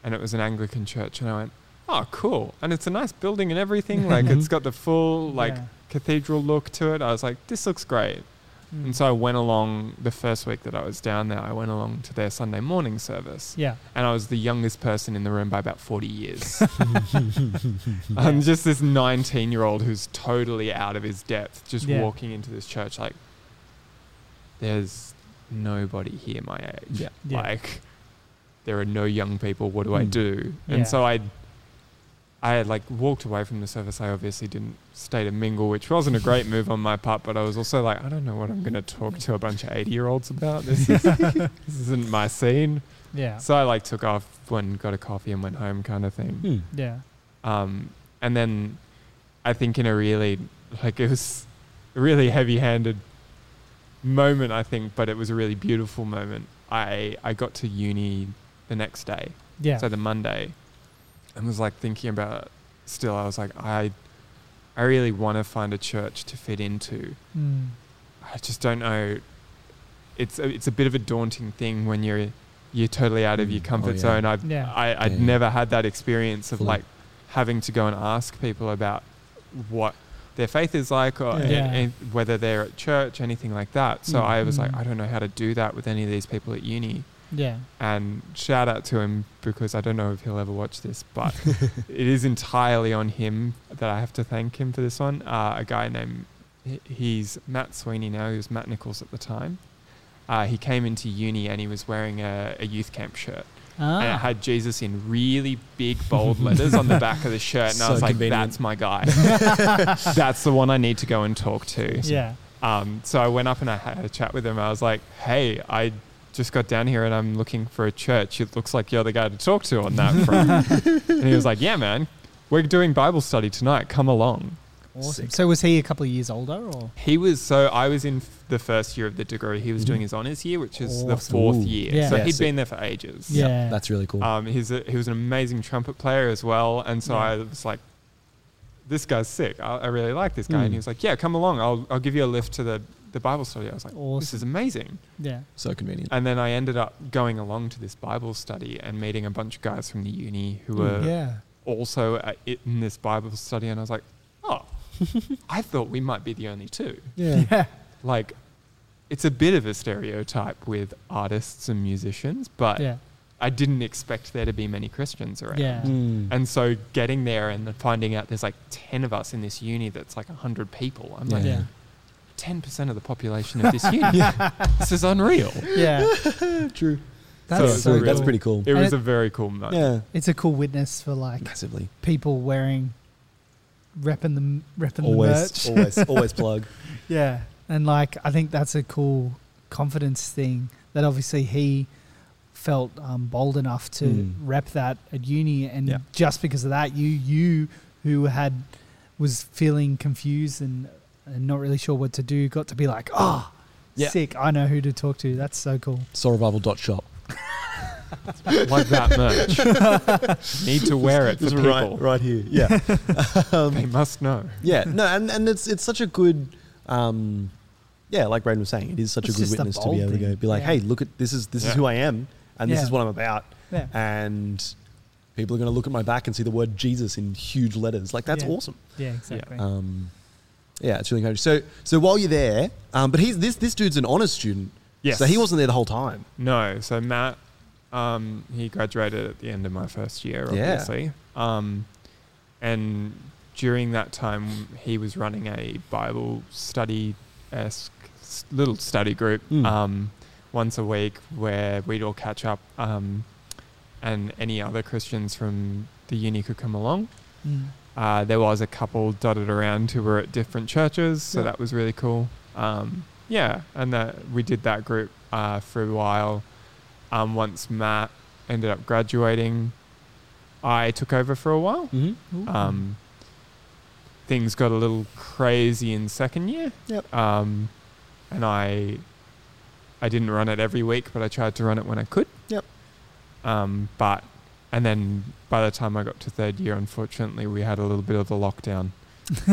C: and it was an Anglican church. And I went, oh, cool. And it's a nice building and everything. like, it's got the full, like,
B: Yeah.
C: cathedral look to it. I was like, this looks great.
B: Mm.
C: And so I went along the first week that I was down there, I went along to their Sunday morning service.
B: yeah.
C: And I was the youngest person in the room by about 40 years. <laughs> I'm just this 19 year old who's totally out of his depth, just
B: Yeah.
C: walking into this church like, there's nobody here my age.
A: Yeah.
B: Yeah.
C: Like, there are no young people. What do I
A: Mm.
C: do?
B: Yeah.
C: And so I, I had like walked away from the service. I obviously didn't stay to mingle, which wasn't a great move on my part. But I was also like, I don't know what I'm going to talk to a bunch of 80 year olds about. This, is, this isn't my scene.
B: Yeah.
C: So I like took off, when got a coffee and went home, kind of thing.
A: Mm.
B: Yeah.
C: Um, and then I think in a really like it was a really heavy-handed moment, I think, but it was a really beautiful moment. I I got to uni the next day,
B: Yeah.
C: so the Monday, and was like thinking about it. Still, I was like, I I really want to find a church to fit into.
B: Mm.
C: I just don't know. It's a, it's a bit of a daunting thing when you're you're totally out of your
A: Mm. Oh,
C: comfort
A: yeah.
C: zone. I've,
B: Yeah.
C: I I'd
A: Yeah.
C: never had that experience of
A: Fully.
C: like having to go and ask people about what their faith is like or
A: Yeah.
C: and-
B: Yeah.
C: and whether they're at church, anything like that. So I was
A: Mm-hmm.
C: like,
B: Mhm.
C: I don't know how to do that with any of these people at uni.
B: Yeah.
C: And shout out to him because I don't know if he'll ever watch this,
A: <laughs>
C: but it is entirely on him that I have to thank him for this one. Uh, a guy named, he- he's Matt Sweeney now, he was Matt Nichols at the time. Uh, he came into uni and he was wearing a, a youth camp shirt. And it
B: Ah.
C: had Jesus in really big, bold letters on the back of the
B: <laughs>
C: shirt. And I
A: So
C: was like,
A: convenient.
C: that's my guy. that's the one I need to go and talk to.
B: Yeah.
C: Um, so I went up and I had a chat with him. I was like, "Hey, I just got down here and I'm looking for a church. It looks like you're the guy to talk to on that
B: <laughs>
C: front." and he was like, "Yeah, man, we're doing Bible study tonight. Come along."
B: Awesome. So was he a couple of years older or?
C: He was so I was in f- the first year of the degree. He was doing his honors year, which is the
B: Mm-hmm. Awesome.
C: fourth
A: Ooh.
C: year.
B: Yeah.
C: So
A: Yeah,
C: he'd
A: sick.
C: been there for ages.
B: Yeah.
A: That's really cool.
C: Um, he's a, he was an amazing trumpet player as well, and so
B: Yeah.
C: I was like, "This guy's sick. I, I really like this guy."
A: Mm.
B: Hmm.
C: And he was like, "Yeah, come along. I'll I'll give you a lift to the the Bible study." I was like, "This is amazing."
B: Yeah.
A: so convenient.
C: And then I ended up going along to this Bible study and meeting a bunch of guys from the uni who were
B: Hmm, yeah.
C: also at, in this Bible study, and I was like,
B: <laughs>
C: "Oh, I thought we might be the only two."
A: yeah.
B: Yeah.
C: Like, it's a bit of a stereotype with artists and musicians, but
B: Yeah.
C: I didn't expect there to be many Christians around.
B: Yeah.
A: Mm.
C: And so getting there and then finding out there's like 10 of us in this uni that's like 100 people. I'm like,
A: Yeah.
B: Yeah.
C: <laughs> 10% of the population of this uni. This is unreal.
B: Yeah.
A: True.
B: That's
A: yeah,
C: so
A: so
C: cool.
A: that's pretty cool.
C: It
B: And
C: was
B: it-
C: a very cool moment.
A: Yeah,
B: It's a cool witness for like
A: massively.
B: people wearing, repping the repping
A: Always,
B: the merch.
A: always, always plug.
B: Yeah, and like I think that's a cool confidence thing that obviously he felt um, bold enough to
A: Mm.
B: rep that at uni, and
A: Yeah.
B: just because of that, you you who had was feeling confused and, and not really sure what to do got to be like, ah, oh,
A: Yeah.
B: sick! I know who to talk to. That's so cool.
A: Soulrevival.shop.
C: Like that
A: <laughs>
C: merch. Need to wear it for
A: It's
C: people.
A: right, right here. Yeah,
C: They must know.
A: <laughs> yeah. No, and, and it's it's such a good, um, yeah. Like Braden was saying, it is such
B: It's
A: a good
B: just a
A: witness to be
B: bold
A: able to go
B: thing.
A: be like,
B: Yeah.
A: hey, look at this is this
C: Yeah.
A: is who I am, and this
B: Yeah.
A: is what I'm about,
B: Yeah,
A: and people are going to look at my back and see the word Jesus in huge letters. Like that's
B: Yeah.
A: awesome.
B: yeah, exactly.
A: Um, yeah, it's really encouraging. So, so while you're there, um, but he's this this dude's an honors student.
C: Yes.
A: So he wasn't there the whole time.
C: No, so Matt, um, he graduated at the end of my first year,
A: Yeah.
C: obviously. Um, and during that time, he was running a Bible study esque little study group
A: Mm.
C: um, once a week where we'd all catch up um, and any other Christians from the uni could come along.
B: Mm.
C: Uh, there was a couple dotted around who were at different churches, so
A: Yeah.
C: that was really cool. Um, yeah, and that we did that group uh, for a while. Um, once Matt ended up graduating, I took over for a while.
A: Mm-hmm.
B: Ooh.
C: Um, things got a little crazy in second year.
A: Yep.
C: Um, and I, I didn't run it every week, but I tried to run it when I could.
A: Yep.
C: Um, but and then by the time I got to third year, unfortunately, we had a little bit of
A: <laughs>
C: a lockdown. <laughs>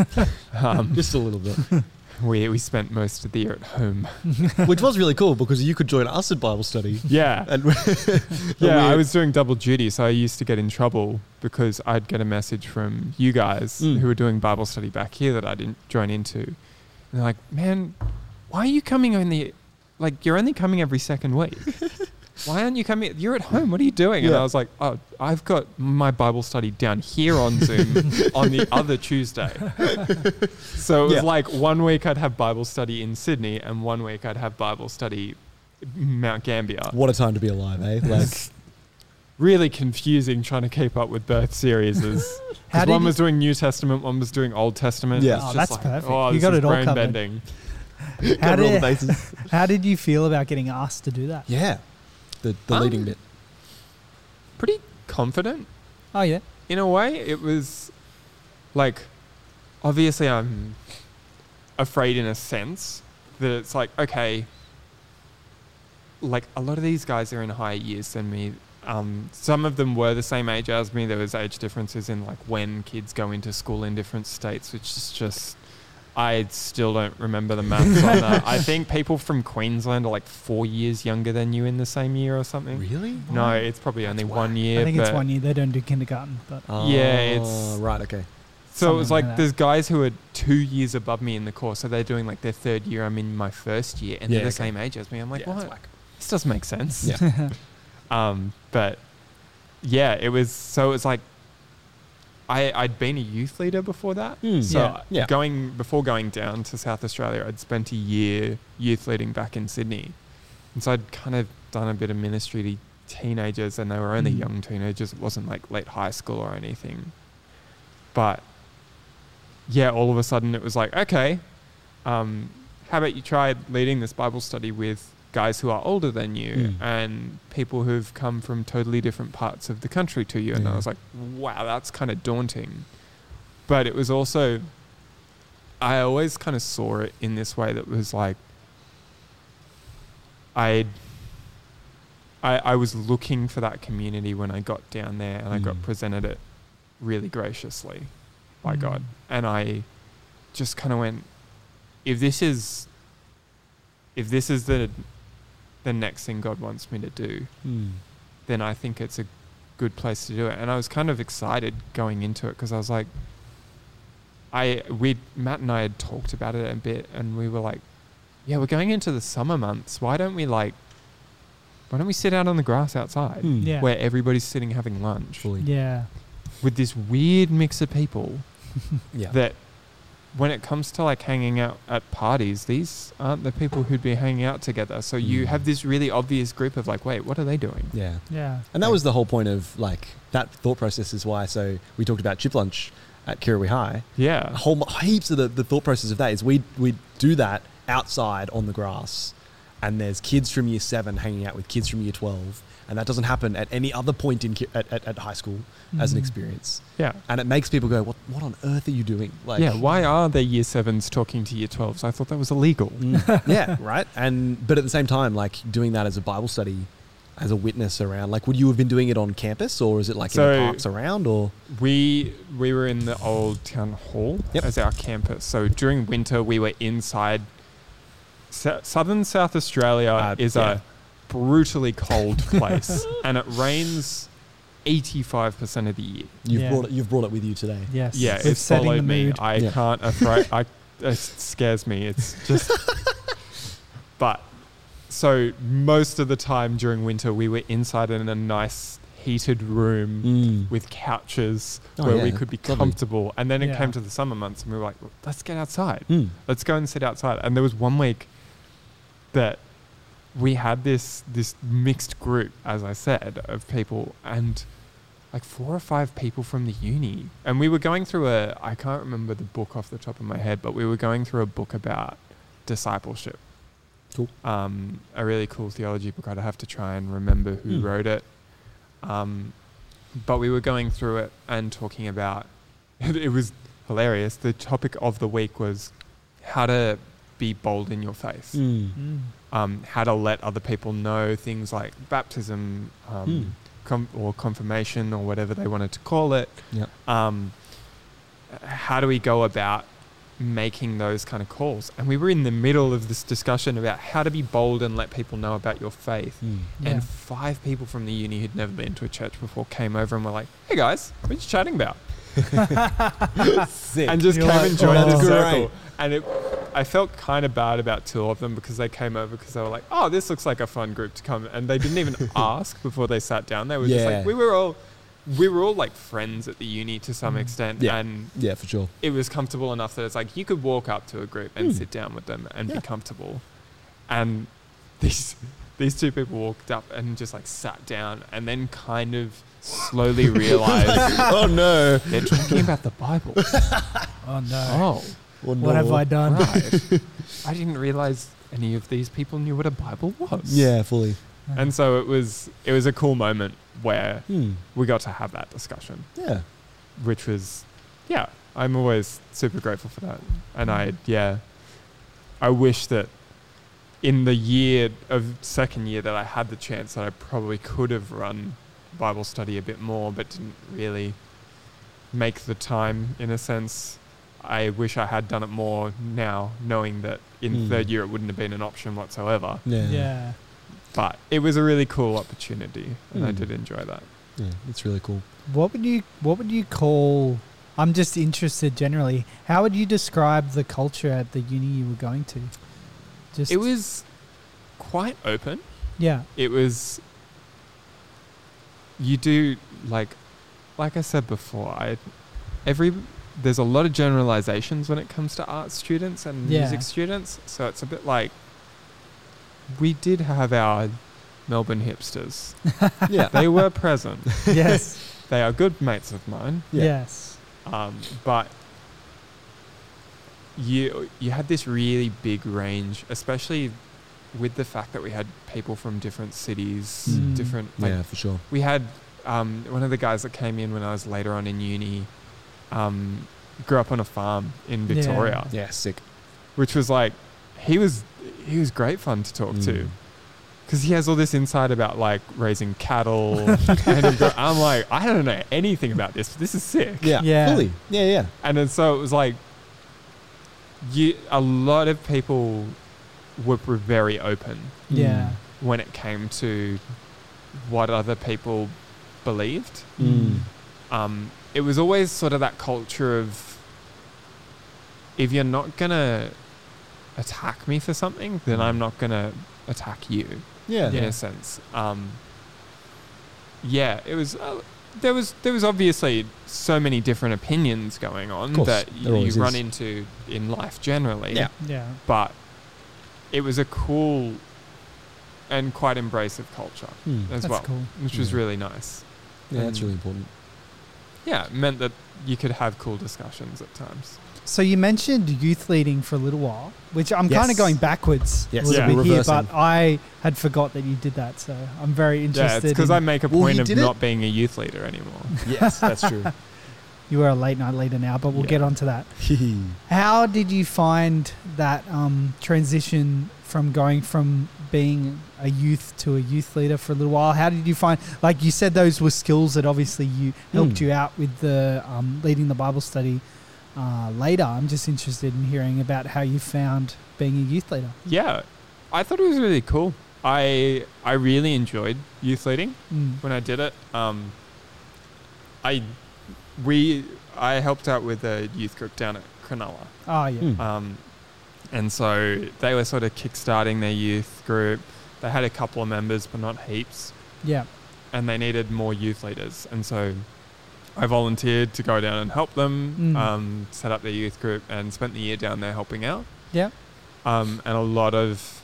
C: um,
A: Just a little bit,
C: we we spent most of the year at home.
A: <laughs> which was really cool because you could join us at Bible study.
C: Yeah.
A: And <laughs> we-
C: Yeah, I
A: we-
C: was doing double duty, so I used to get in trouble because I'd get a message from you guys
A: Mm.
C: who were doing Bible study back here that I didn't join into. And they're like, man, why are you coming on the, like, you're only coming every second week.
A: <laughs>
C: why aren't you coming? You're at home. What are you doing? And
A: Yeah.
C: I was like, oh, I've got my Bible study down here on Zoom on
A: <laughs>
C: the other Tuesday. so it was
A: Yeah.
C: like one week I'd have Bible study in Sydney and one week I'd have Bible study Mount Gambier
A: What a time to be alive, eh? Like,
C: really confusing trying to keep up with both series.
B: How
C: <laughs> Because
B: did
C: one
B: you-
C: was doing New Testament, one was doing Old Testament.
A: Yeah.
C: It's
A: Oh,
C: just
B: that's
C: like,
B: perfect.
C: Oh,
B: You
C: this
B: got
C: is
B: it all
C: brain
B: covered.
C: bending.
B: how,
A: cover all the
B: did,
A: bases.
B: how did you feel about getting asked to do that?
A: Yeah, the the
C: Um,
A: leading bit.
C: Pretty confident
B: Oh yeah,
C: in a way. It was like obviously I'm afraid in a sense that it's like okay, like a lot of these guys are in higher years than me. Um, some of them were the same age as me. There was age differences in like when kids go into school in different states, which is just I still don't remember the maths on that. I think people from Queensland are like four years younger than you in the same year or something.
A: Really?
C: No, it's probably only one year.
B: I think it's
C: but-
B: one year they don't do kindergarten, but
C: Yeah, it's-
A: Ah, right. Okay.
C: So it was
B: Something like
C: like
B: that.
C: there's guys who are two years above me in the course, so they're doing like their third year. I'm in my first year, and
A: Yeah,
C: they're the
A: okay.
C: same age as me. I'm like,
A: yeah, it's
C: what?
A: whack.
C: This doesn't make sense.
A: Yeah.
C: <laughs> Um, but yeah, it was so it was like I I'd been a youth leader before that.
A: Hmm.
C: So
B: Yeah.
A: Yeah.
C: going before going down to South Australia, I'd spent a year youth leading back in Sydney, and so I'd kind of done a bit of ministry to teenagers, and they were only
B: Mm.
A: Hmm.
C: young teenagers. It wasn't like late high school or anything, but yeah, all of a sudden it was like, okay, um, how about you try leading this Bible study with guys who are older than you
A: Mm.
C: and people who've come from totally different parts of the country to you? And
A: Yeah.
C: I was like, wow, that's kind of daunting. But it was also, I always kind of saw it in this way that was like, I'd. I, I was looking for that community when I got down there and I got
A: Mm.
C: presented it really graciously by
B: Mm.
C: God. And I just kind of went, if this is, if this is the, the next thing God wants me to do,
A: Hmm.
C: then I think it's a good place to do it. And I was kind of excited going into it because I was like, I we Matt and I had talked about it a bit, and we were like, yeah, we're going into the summer months. Why don't we like, why don't we sit out on the grass outside
A: Hmm.
B: Yeah.
C: where everybody's sitting having lunch
A: Fully.
B: yeah,
C: with this weird mix of people
A: Yeah.
C: that when it comes to like hanging out at parties, these aren't the people who'd be hanging out together. So you
A: Mm.
C: have this really obvious group of like, wait, what are they doing?
A: Yeah.
B: Yeah.
A: And that was the whole point of like that thought process is why. So we talked about chip lunch at Kirrawee High. A
C: Yeah.
A: whole mo- heaps of the, the thought process of that is we we do that outside on the grass, and there's kids from year seven hanging out with kids from year twelve, and that doesn't happen at any other point in ki- at, at, at high school
C: Mm-hmm.
A: as an
B: Mm.
A: experience,
C: Yeah.
A: and it makes people go, what what on earth are you doing? Like,
C: yeah. Why are there year sevens talking to year 12s? I thought that was illegal.
A: Mm. <laughs> yeah, right. And but at the same time, like doing that as a Bible study, as a witness around, like would you have been doing it on campus or is it like in
C: So-
A: the parks around or
C: We we were in the old town hall
A: Yep.
C: as our campus. So during winter, we were inside. Sou- Southern South Australia
A: Uh,
C: is
A: yeah.
C: a brutally <laughs> cold place, and it rains eighty five percent of the year.
A: you've
B: Yeah.
A: brought it, you've brought it with you today?
B: Yes.
C: Yeah,
B: We're
C: it's followed me. I
A: Yeah.
C: can't afraid. I it scares me. It's
A: <laughs>
C: just. but so most of the time during winter, we were inside in a nice heated room
A: Mm.
C: with couches
A: Oh,
C: where we
A: yeah,
C: could be
A: lovely.
C: comfortable. And then it
B: Yeah.
C: came to the summer months, and we were like, let's get outside.
A: Mm.
C: Let's go and sit outside. And there was one week that we had this this mixed group, as I said, of people and like four or five people from the uni. And we were going through a I can't remember the book off the top of my head, but we were going through a book about discipleship.
A: Cool.
C: Um, a really cool theology book. I'd have to try and remember who
A: Hmm.
C: wrote it. Um, but we were going through it and talking about <laughs> it was hilarious. The topic of the week was how to be bold in your faith
A: Mm.
B: Mm.
C: um, how to let other people know things like baptism
A: Hmm.
C: um, com- or confirmation or whatever they wanted to call it.
A: Yeah.
C: Um, how do we go about making those kind of calls? And we were in the middle of this discussion about how to be bold and let people know about your faith.
A: Mm.
B: Yeah.
C: And five people from the uni who'd never been to a church before came over and were like, "Hey guys, what are you chatting about?"
A: Sick.
C: and just
B: You're
C: came
B: like,
C: and joined
A: "Oh,
C: the
A: that's
C: circle.
A: great."
C: And it, I felt kind of bad about two of them because they came over because they were like, "Oh, this looks like a fun group to come," and they didn't <laughs> even ask before they sat down. They were just
A: Yeah.
C: like, "We were all, we were all like friends at the uni to some
B: Mm.
C: extent,
A: Yeah.
C: and
A: yeah, for
C: <laughs>
A: sure.
C: it was comfortable enough that it's like you could walk up to a group and
A: Hmm.
C: sit down with them and
A: Yeah.
C: be comfortable." And <laughs> these these two people walked up and just like sat down and then kind of <laughs> slowly realized
A: oh no.
C: they're talking about the <laughs> Bible.
B: oh no.
C: Oh.
A: Well, no.
B: What have I done? <laughs>
C: Right. I didn't realize any of these people knew what a Bible was.
A: Yeah, fully.
C: And so it was it was a cool moment where
B: Hmm.
A: Mm.
C: we got to have that discussion,
A: Yeah.
C: which was yeah, I'm always super grateful for that. And I
A: Mm-hmm.
C: yeah, I wish that in the year of second year that I had the chance that I probably could have run Bible study a bit more but didn't really make the time in a sense. I wish I had done it more now, knowing that in
A: Mm.
C: third year it wouldn't have been an option whatsoever.
A: Yeah.
B: yeah.
C: But it was a really cool opportunity and I
A: Mm.
C: did enjoy that.
A: Yeah, It's really
B: <laughs>
A: cool.
B: What would you What would you call? I'm just interested generally. How would you describe the culture at the uni you were going to? Just
C: It was quite open. <laughs>
B: yeah. <laughs>
C: it was you do like like i said before i every there's a lot of generalizations when it comes to art students and
B: Yeah.
C: music students so it's a bit like we did have our melbourne
B: <laughs>
C: hipsters
A: Yeah.
C: they were present
B: Yes.
C: they are good mates of mine
A: Yeah.
B: Yes.
C: um, but you you had this really big range, especially with the fact that we had people from different cities,
B: Mm.
C: different. Like,
A: yeah, for sure.
C: We had um, one of the guys that came in when I was later on in uni. Um, grew up on a farm in
B: Yeah.
C: Victoria,
A: Yeah, sick.
C: which was like he was he was great fun to talk to
A: Mm.
C: because he has all this insight about like raising
A: <laughs>
C: cattle. and gro- I'm like, I don't know anything about this. But this is sick.
A: Yeah.
B: Yeah.
A: Fully. Yeah, yeah.
C: And then so it was like, you, a lot of people were pr- very open
B: Yeah.
C: when it came to what other people believed.
B: Hmm.
A: Mm.
C: Um, it was always sort of that culture of if you're not going to attack me for something, then I'm not going to attack you
A: Yeah.
C: in
B: Yeah.
C: a sense. Um, yeah, it was. Uh, there was there was obviously so many different opinions going on
A: course,
C: that
A: there
C: you,
A: always
C: run
A: is.
C: into in life generally.
A: Yeah.
B: Yeah.
C: But it was a cool and quite embracive culture
A: Hmm.
C: as
B: That's
C: well,
B: cool.
C: which was
A: Yeah.
C: really nice.
A: Yeah, that's
C: Um,
A: really important.
C: Yeah, it meant that you could have cool discussions at times.
B: So you mentioned youth leading for a little while, which I'm kind
A: Yes.
B: of going backwards
A: Yes.
B: a little
C: Yeah.
B: bit here,
A: Reversing.
B: but I had forgot that you did that, so I'm very
C: Yeah,
B: interested.
C: it's because
B: in-
C: I make a
A: Well,
C: point
A: he
C: of
A: did it-
C: not being a youth leader anymore. <laughs>
A: yes, that's true.
B: you are a late night leader now, but we'll
C: Yeah.
B: get onto that. How did you find that um, transition from going from being a youth to a youth leader for a little while? How did you find, like you said, those were skills that obviously you helped
A: Mm.
B: you out with the um, leading the Bible study uh, later. I'm just interested in hearing about how you found being a youth leader.
C: Yeah, I thought it was really cool. I I really enjoyed youth leading.
B: Mm.
C: when I did it, um, I we I helped out with a youth group down at Cronulla,
B: Oh yeah,
A: Hmm.
C: um, and so they were sort of kickstarting their youth group. They had a couple of members, but not heaps,
B: yeah,
C: and they needed more youth leaders. And so I volunteered to go down and help them,
B: Mm.
C: um, set up their youth group, and spent the year down there helping out.
B: yeah.
C: Um, and a lot of,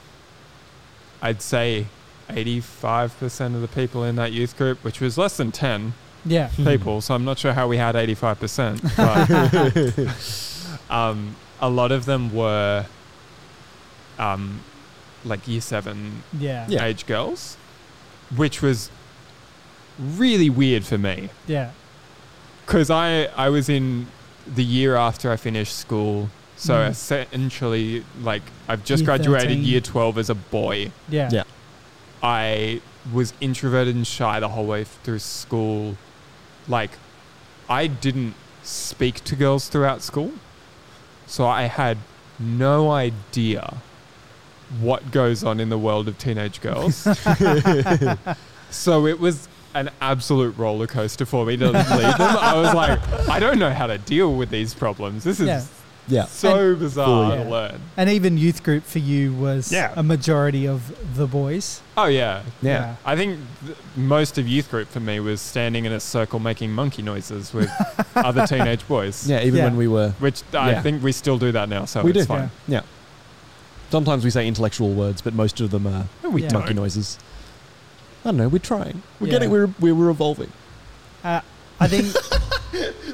C: I'd say, eighty-five percent of the people in that youth group, which was less than ten,
B: Yeah.
A: Hmm.
C: people, so I'm not sure how we had
B: <laughs>
C: 85%. But um, a lot of them were um, like year seven
B: Yeah.
A: Yeah.
C: age girls, which was really weird for me
B: Yeah.
C: because I, I was in the year after I finished school. So
B: Mm.
C: essentially, like, I've just
B: Year
C: graduated
B: 13.
C: year 12 as a boy.
B: Yeah.
A: Yeah.
C: I was introverted and shy the whole way through school. Like, I didn't speak to girls throughout school. So I had no idea what goes on in the world of
B: <laughs>
C: teenage girls. so it was an absolute roller coaster for me to lead them. I was like, I don't know how to deal with these problems. This is
B: Yeah.
A: <laughs> Yeah.
C: so bizarre
B: Fully.
C: to
B: Yeah.
C: learn.
B: And even youth group for you was
C: Yeah.
B: a majority of the boys.
C: Oh, yeah.
A: Yeah.
C: I think th- most of youth group for me was standing in a circle making monkey
A: <laughs>
C: noises with other teenage boys.
A: Yeah, even
B: Yeah.
A: when we were.
C: Which I
A: Yeah.
C: think we still do that now, so
A: we
C: Oh, it's
A: do.
C: fine.
A: Yeah. Sometimes we say intellectual words, but most of them are
C: No, we
B: Yeah.
A: monkey
C: don't.
A: noises. I don't know. We're trying. We're
B: Yeah.
A: getting. We're we're evolving.
B: Uh, I think
A: <laughs>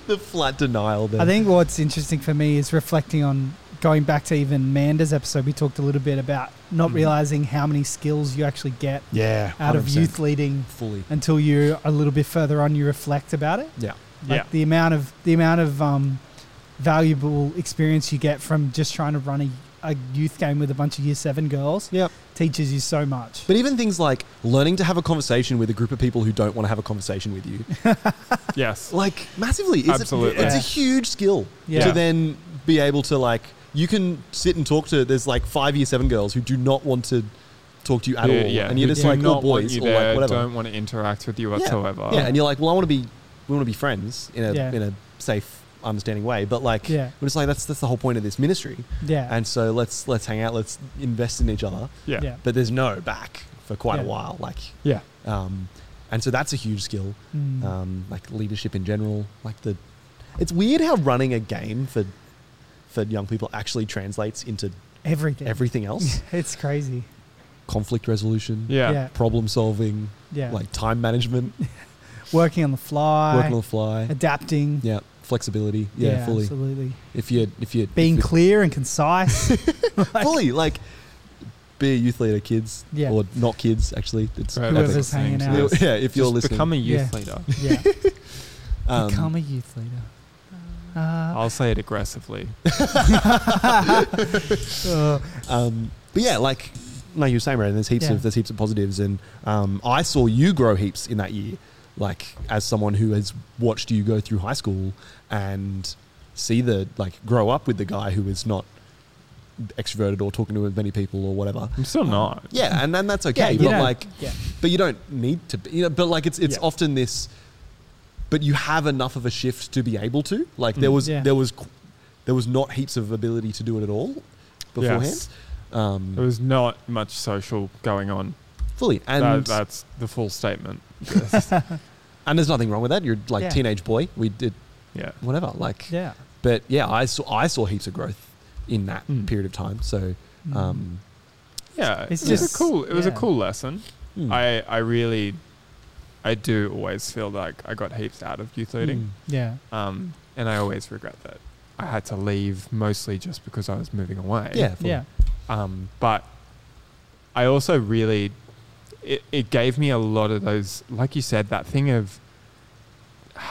A: The flat denial. There.
B: I think what's interesting for me is reflecting on going back to even Manda's episode. We talked a little bit about not
A: Mhm.
B: realizing how many skills you actually get
A: Yeah.
B: out of
A: 100%.
B: youth leading
A: fully.
B: until you're a little bit further on. You reflect about it.
A: Yeah.
B: Like
C: Yeah. <laughs>
B: the amount of the amount of um, valuable experience you get from just trying to run a, a youth game with a bunch of year seven girls
A: Yeah.
B: teaches you so much.
A: But even things like learning to have a conversation with a group of people who don't want to have a conversation with
B: <laughs>
A: you,
C: Yes.
A: like massively, it's,
C: Absolutely.
A: A, it's a
B: Yeah.
A: huge skill
B: Yeah.
A: to then be able to like. You can sit and talk to. There's like five year seven girls who do not want to talk to you at
C: Yeah,
A: all,
C: yeah.
A: and you're
C: Who
A: just
C: do
A: like,
C: not
A: "Oh, boys,"
C: want you
A: or like
C: there,
A: whatever.
C: don't want to interact with you
A: Yeah.
C: whatsoever.
A: Yeah, and you're like, well, I want to be, we want to be friends in a
B: Yeah.
A: in a safe, understanding way. But like,
B: Yeah.
A: we're just like that's that's the whole point of this ministry.
B: Yeah.
A: And so let's let's hang out, let's invest in each other.
C: yeah.
B: yeah.
A: But there's no back for quite a
B: Yeah.
A: while. Like,
C: Yeah.
A: um, and so that's a huge skill.
B: Mm.
A: Um, like leadership in general. Like the, it's weird how running a game for, for young people actually translates into
B: everything.
A: everything
B: <laughs>
A: else.
B: It's crazy.
A: Conflict resolution.
C: Yeah.
B: Yeah.
A: Problem solving.
B: Yeah.
A: Like time
B: <laughs>
A: management.
B: working on the fly,
A: Working on the fly.
B: adapting.
A: Yeah, flexibility. Yeah, fully.
B: Absolutely.
A: If you if you
B: Being
A: if you-
B: clear and
A: <laughs>
B: concise. <laughs>
A: fully like be a youth leader, kids.
B: Yeah.
A: or not kids actually. It's
C: Right,
B: Whoever's
A: epic.
C: that's
B: hanging
C: listening to
B: out.
C: this.
A: Yeah, <laughs> if you're
C: Just
A: listening,
C: become a youth
B: Yeah.
C: leader.
B: yeah.
A: um, Oh,
B: Become a youth leader. Uh,
C: I'll say it <laughs> aggressively.
B: uh,
A: um, but yeah, like no, you were saying, right? There's heaps
B: Yeah.
A: of there's heaps of positives, and um, I saw you grow heaps in that year. Like as someone who has watched you go through high school and see the like grow up with the guy who is not extroverted or talking to as many people or whatever.
C: I'm still not.
A: Yeah, and then that's okay.
B: you
A: but
B: don't-
A: like,
B: yeah.
A: but you don't need to be, you know, but like it's it's
C: Yeah.
A: often this but you have enough of a shift to be able to like there
C: Mm.
A: was
B: Yeah.
A: there was qu- there was not heaps of ability to do it at all beforehand
C: Yes.
A: um
C: There was not much social going on.
A: fully and
C: That, that's the full statement. Yes.
A: and there's nothing wrong with that. You're like
B: Yeah.
A: teenage boy. We did
C: Yeah.
A: whatever. Like,
B: Yeah.
A: but yeah, I saw I saw heaps of growth in that
C: Mm.
A: period of time. So,
B: Mm.
A: um,
C: Yeah.
B: It's
C: it was
B: just-
C: a cool it was a
B: yeah.
C: cool lesson.
A: mm.
C: I, I really I do always feel like I got heaps out of youth
A: Mm.
C: leading.
B: yeah.
C: Um, and I always regret that. I had to leave mostly just because I was moving away.
A: yeah, fully.
B: Yeah.
C: Um, but I also really, it, it gave me a lot of those, like you said, that thing of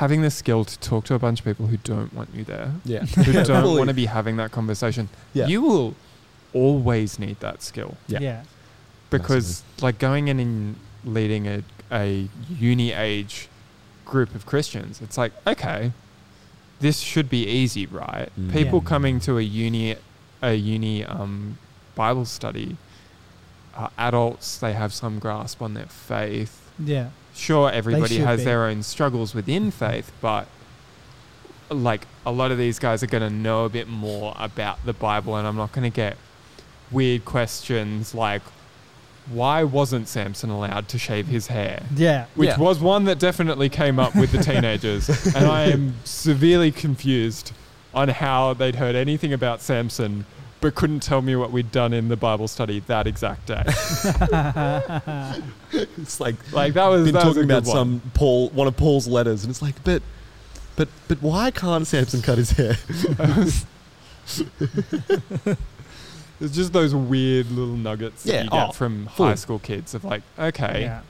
C: having the skill to talk to a bunch of people who don't want you there,
A: <laughs> yeah,
C: who don't
A: Fully.
C: want to be having that conversation.
A: Yeah.
C: You will always need that skill
A: Yeah.
B: Yeah.
C: because, like, going in and leading a, a uni age group of Christians, it's like, okay, this should be easy, right?
A: Mm.
C: People
B: Yeah.
C: coming to a uni, a uni um, Bible study, uh, adults they have some grasp on their faith.
B: Yeah.
C: Sure, everybody
B: should
C: has
B: be.
C: their own struggles within faith, but like a lot of these guys are going to know a bit more about the Bible, and I'm not going to get weird questions like, why wasn't Samson allowed to shave his hair?
B: Yeah.
C: which
A: Yeah.
C: was one that definitely came up
A: <laughs>
C: with the teenagers. and I am severely confused on how they'd heard anything about Samson, but couldn't tell me what we'd done in the Bible study that
A: <laughs>
C: exact day.
A: it's like
C: Like that was
A: been
C: that was a
A: talking
C: good
A: about
C: one.
A: some Paul, one of Paul's letters, and it's like, but, but, but why can't Samson cut his hair?
C: It's just those weird little nuggets
A: Yeah,
C: that you get
A: oh,
C: from
A: fully.
C: high school kids of like, okay,
B: Yeah.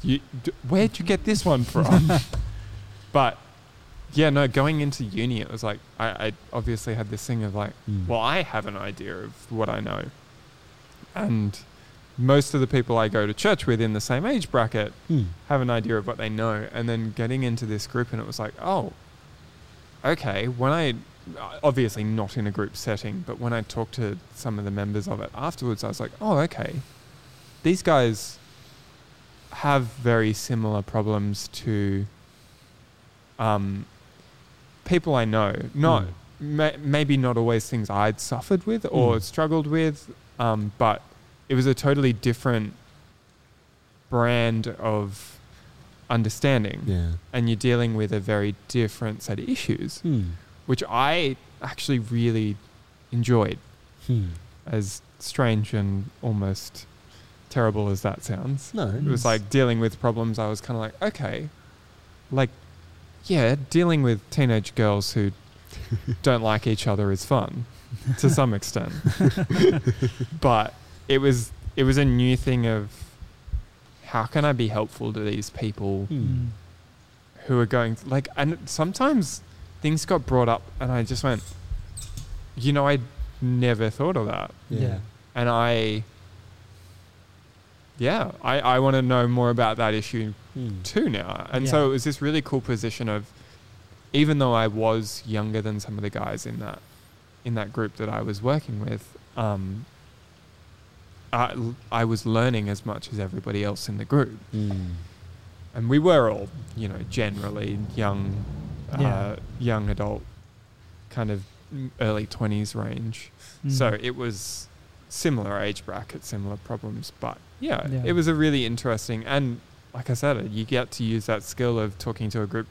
C: you, d- where'd you get this
A: <laughs>
C: one from? but yeah, no, going into uni, it was like I, I obviously had this thing of like.
A: Mm.
C: well, I have an idea of what I know. And most of the people I go to church with in the same age bracket
A: Mm.
C: have an idea of what they know. And then getting into this group, and it was like, oh, okay. When I, obviously not in a group setting, but when I talked to some of the members of it afterwards, I was like, oh, okay. These guys have very similar problems to um, people I know. Not
A: Mm.
C: ma- maybe not always things I'd suffered with or
A: Mm.
C: struggled with, um, but it was a totally different brand of understanding.
A: yeah,
C: And you're dealing with a very different set of issues,
A: mm.
C: which I actually really enjoyed,
A: Hmm.
C: as strange and almost terrible as that sounds.
A: no,
C: It was like dealing with problems. I was kind of like, okay, like, yeah, dealing with teenage girls who don't like each other is fun to some extent. but it was it was a new thing of how can I be helpful to these people
A: Hmm.
B: Mm.
C: who are going like, and sometimes things got brought up, and I just went, you know, I never thought of that
A: yeah,
B: Yeah.
C: and I, yeah, I, I want to know more about that issue
A: Hmm.
C: too now. And so
B: Yeah.
C: it was this really cool position of, even though I was younger than some of the guys in that, in that group that I was working with, um, I, I was learning as much as everybody else in the group,
A: Hmm.
C: and we were all, you know, generally young,
B: Yeah.
C: uh, young adult, kind of early twenties range.
A: Mm.
C: So it was similar age bracket, similar problems, but yeah,
B: Yeah.
C: it was a really interesting and like I said, you get to use that skill of talking to a group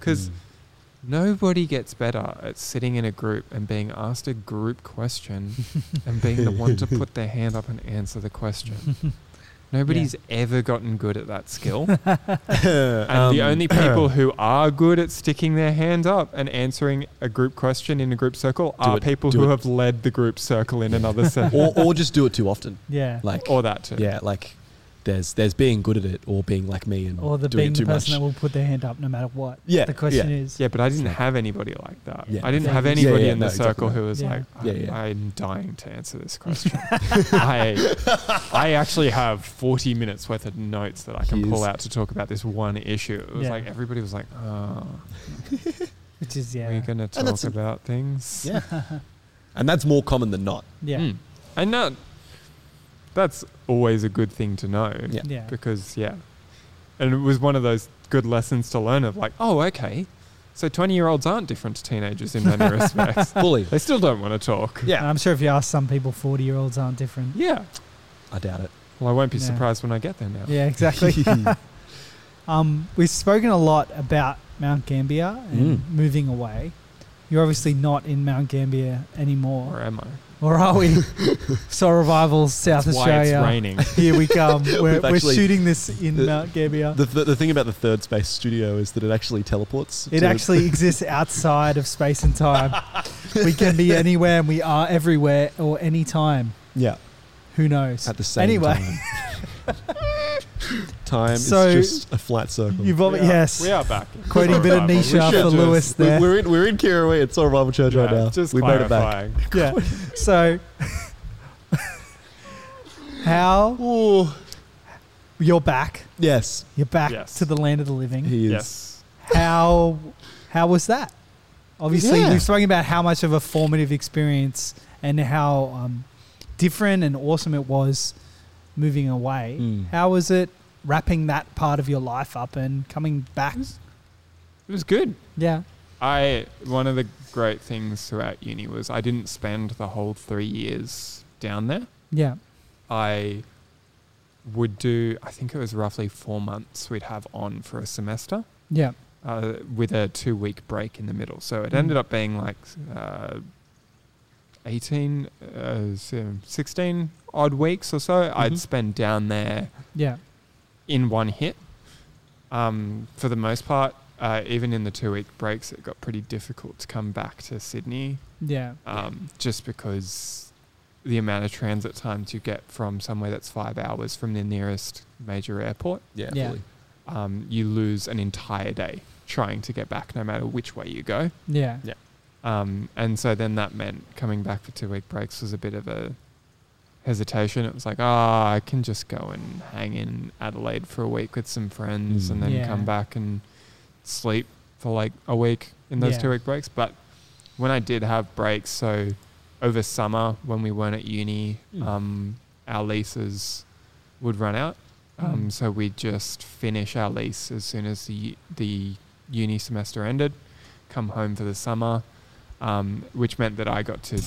C: because
A: Hmm.
C: nobody gets better at sitting in a group and being asked a group question
A: <laughs>
C: and being the one to put their hand up and answer the question.
A: <laughs>
C: Nobody's ever gotten good at that skill. And the
A: <laughs> Um, <clears throat>
C: only people who are good at sticking their hand up and answering a group question in a group circle
A: Do
C: are
A: it,
C: people
A: do
C: who
A: it.
C: have led the group circle in another circle.
A: <coughs> <laughs> or or just do it too often,
B: yeah.
A: like
C: Or that too.
A: yeah, like there's there's being good at it or being like me and
B: or the
A: doing
B: being
A: it
B: the
A: too
B: person that
A: much.
B: will put their hand up no matter what.
A: Yeah,
B: The question is.
C: Yeah, but I didn't
A: Like-
C: have anybody like that.
A: Yeah.
C: I didn't
B: Yeah,
C: have
B: yeah,
C: anybody
A: yeah,
C: in
A: no,
C: the
A: exactly
C: circle
A: right.
C: who was
B: Yeah.
C: like, I'm,
A: Yeah, yeah.
C: I'm dying to answer this question. <laughs> I, I actually have 40 minutes worth of notes that I can
A: He
C: pull
A: is-
C: out to talk about this one issue. It was
B: Yeah.
C: like everybody was like, oh,
B: Which is
C: we're
B: yeah.
C: going to
A: that's
C: talk
A: a-
C: about things.
A: yeah, and that's more common than
B: <laughs>
A: not.
B: Yeah.
C: Mm. And that, that's always a good thing to know.
A: Yeah.
B: Yeah.
C: because yeah and it was one of those good lessons to learn of like oh okay so 20 year olds aren't different to teenagers in
B: <laughs>
C: many respects
A: Fully,
C: they still don't want to talk
B: And
A: yeah,
B: I'm sure if you ask some people, 40 year olds aren't different.
C: yeah
A: I doubt it.
C: well i won't be
B: Yeah.
A: <laughs>
C: surprised when i get there now
B: Yeah, exactly. Um, we've spoken a lot about Mount Gambier and
A: Mm.
B: moving away. You're obviously not in Mount Gambier anymore,
C: Or am I?
B: or are we?
A: <laughs>
B: so revival South
C: That's why it's
B: Australia. <laughs>
C: raining.
B: Here we
A: <laughs>
B: come. We're,
A: We've
B: we're
A: actually-
B: shooting this in
A: the-
B: Mount Gambier.
A: The, the, the thing about the third space studio is that it actually teleports.
B: It
A: to-
B: actually exists outside of space and
C: <laughs>
B: time. we can be anywhere and we are everywhere or anytime.
A: yeah,
B: Who knows?
A: at the same
B: Anyway.
A: time. time
B: So-
A: is just a flat circle.
B: You've
C: We
B: ob-
C: are-
B: yes.
C: We are back.
B: Quoting a bit of
C: Revival. We
B: Nisha
C: should
B: for
C: just-
B: Lewis
A: We-
B: there.
A: We're in, we're in Kirawee. It's all rival church right
C: yeah,
A: now.
C: Just
A: we made it back.
C: clarifying. <laughs>
B: yeah. So, how
A: Ooh.
B: you're back?
A: Yes,
B: You're back
C: Yes.
B: to the land of the living.
A: he is.
C: Yes.
B: How how was that? Obviously,
A: Yeah.
B: we've spoken about how much of a formative experience and how um, different and awesome it was moving away.
A: Mm.
B: How was it wrapping that part of your life up and coming back?
C: It was good.
B: Yeah.
C: I one of the great things throughout uni was I didn't spend the whole three years down there.
B: Yeah.
C: I would do I think it was roughly four months we'd have on for a semester
B: Yeah.
C: uh, with a two week break in the middle. So it
B: Mm.
C: ended up being like uh, 18, uh, so 16 odd weeks or so
A: Mhm.
C: I'd spend down there
B: Yeah.
C: in one hit. Um, for the most part, uh, even in the two week breaks, it got pretty difficult to come back to Sydney
B: Yeah.
C: um, just because the amount of transit times you get from somewhere that's five hours from the nearest major airport,
A: Yeah.
B: Yeah.
A: fully.
C: um, you lose an entire day trying to get back no matter which way you go.
B: Yeah.
C: Um, and so then that meant coming back for two week breaks was a bit of a hesitation. It was like, ah, I can just go and hang in Adelaide for a week with some friends
A: Mm.
C: and then
B: Yeah.
C: come back and sleep for like a week in those
B: Yeah.
C: two week breaks. But when I did have breaks, so over summer when we weren't at uni,
A: Mm.
C: um, our leases would run out. Um,
B: Mm.
C: So we'd just finish our lease as soon as the, the uni semester ended, come home for the summer, um, which meant that I got to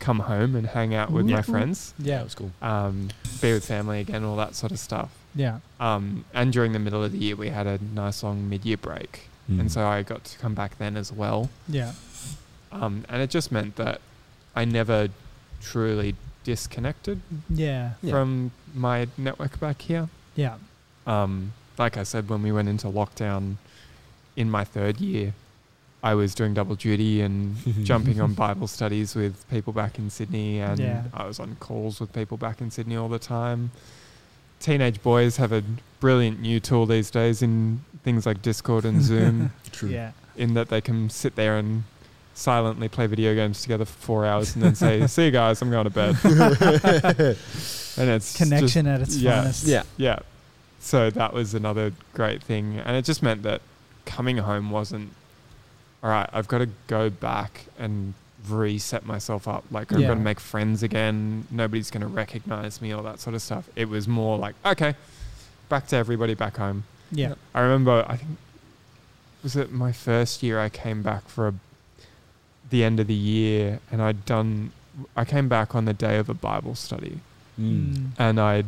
C: come home and hang out with
B: Yeah.
C: my friends,
A: Yeah, it
B: Yeah.
A: was cool.
C: um, be with family again, all that sort of stuff.
B: Yeah.
C: Um, and during the middle of the year, we had a nice long mid year break.
A: Hmm. Mm. <laughs>
C: And so I got to come back then as well.
B: Yeah.
C: Um, and it just meant that I never truly disconnected
B: Yeah.
A: Yeah.
C: from my network back here.
B: Yeah.
C: Um, like I said, when we went into lockdown in my third year, I was doing double duty and
B: <laughs>
C: jumping on Bible studies with people back in Sydney, and
B: Yeah.
C: I was on calls with people back in Sydney all the time. Teenage boys have a brilliant new tool these days in things like Discord and
B: <laughs>
C: Zoom,
A: True.
B: Yeah.
C: in that they can sit there and silently play video games together for four hours and
B: <laughs>
C: then say, "See you guys, I'm going to bed," and it's just
B: Connection at its
C: yeah.
A: <laughs>
B: finest. <laughs>
A: Yeah.
C: yeah. So that was another great thing. And it just meant that coming home wasn't, all right, I've got to go back and reset myself up. Like, I've
B: Yeah.
C: got to make friends again. Nobody's going to recognize me, all that sort of stuff. It was more like, okay, back to everybody back home.
B: Yeah.
C: I remember, I think, was it my first year I came back for a, the end of the year and I'd done, I came back on the day of a Bible study
A: Mm.
B: Mm.
C: and I'd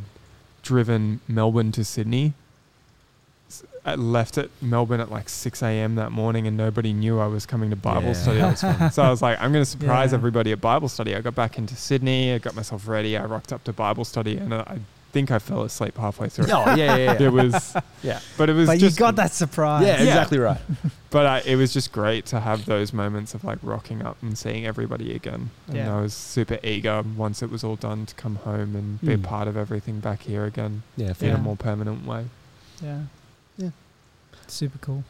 C: driven Melbourne to Sydney. S- I left at Melbourne at like 6 a.m. that morning and nobody knew I was coming to Bible
A: Yeah.
B: <laughs>
C: study. so I was like, I'm going to surprise
B: Yeah.
C: everybody at Bible study. I got back into Sydney, I got myself ready, I rocked up to Bible study, and I, I think I fell asleep halfway through.
A: Oh, yeah, yeah, yeah.
C: It was,
A: Yeah.
C: but it was
B: But you
C: just,
B: got that surprise.
A: yeah, exactly right.
C: but I, it was just great to have those moments of like rocking up and seeing everybody again. And
B: Yeah.
C: I was super eager once it was all done to come home and be a
A: Mm.
C: part of everything back here again
A: Yeah,
C: in
B: Yeah.
C: a more permanent way.
B: Yeah.
A: Yeah.
B: Super cool.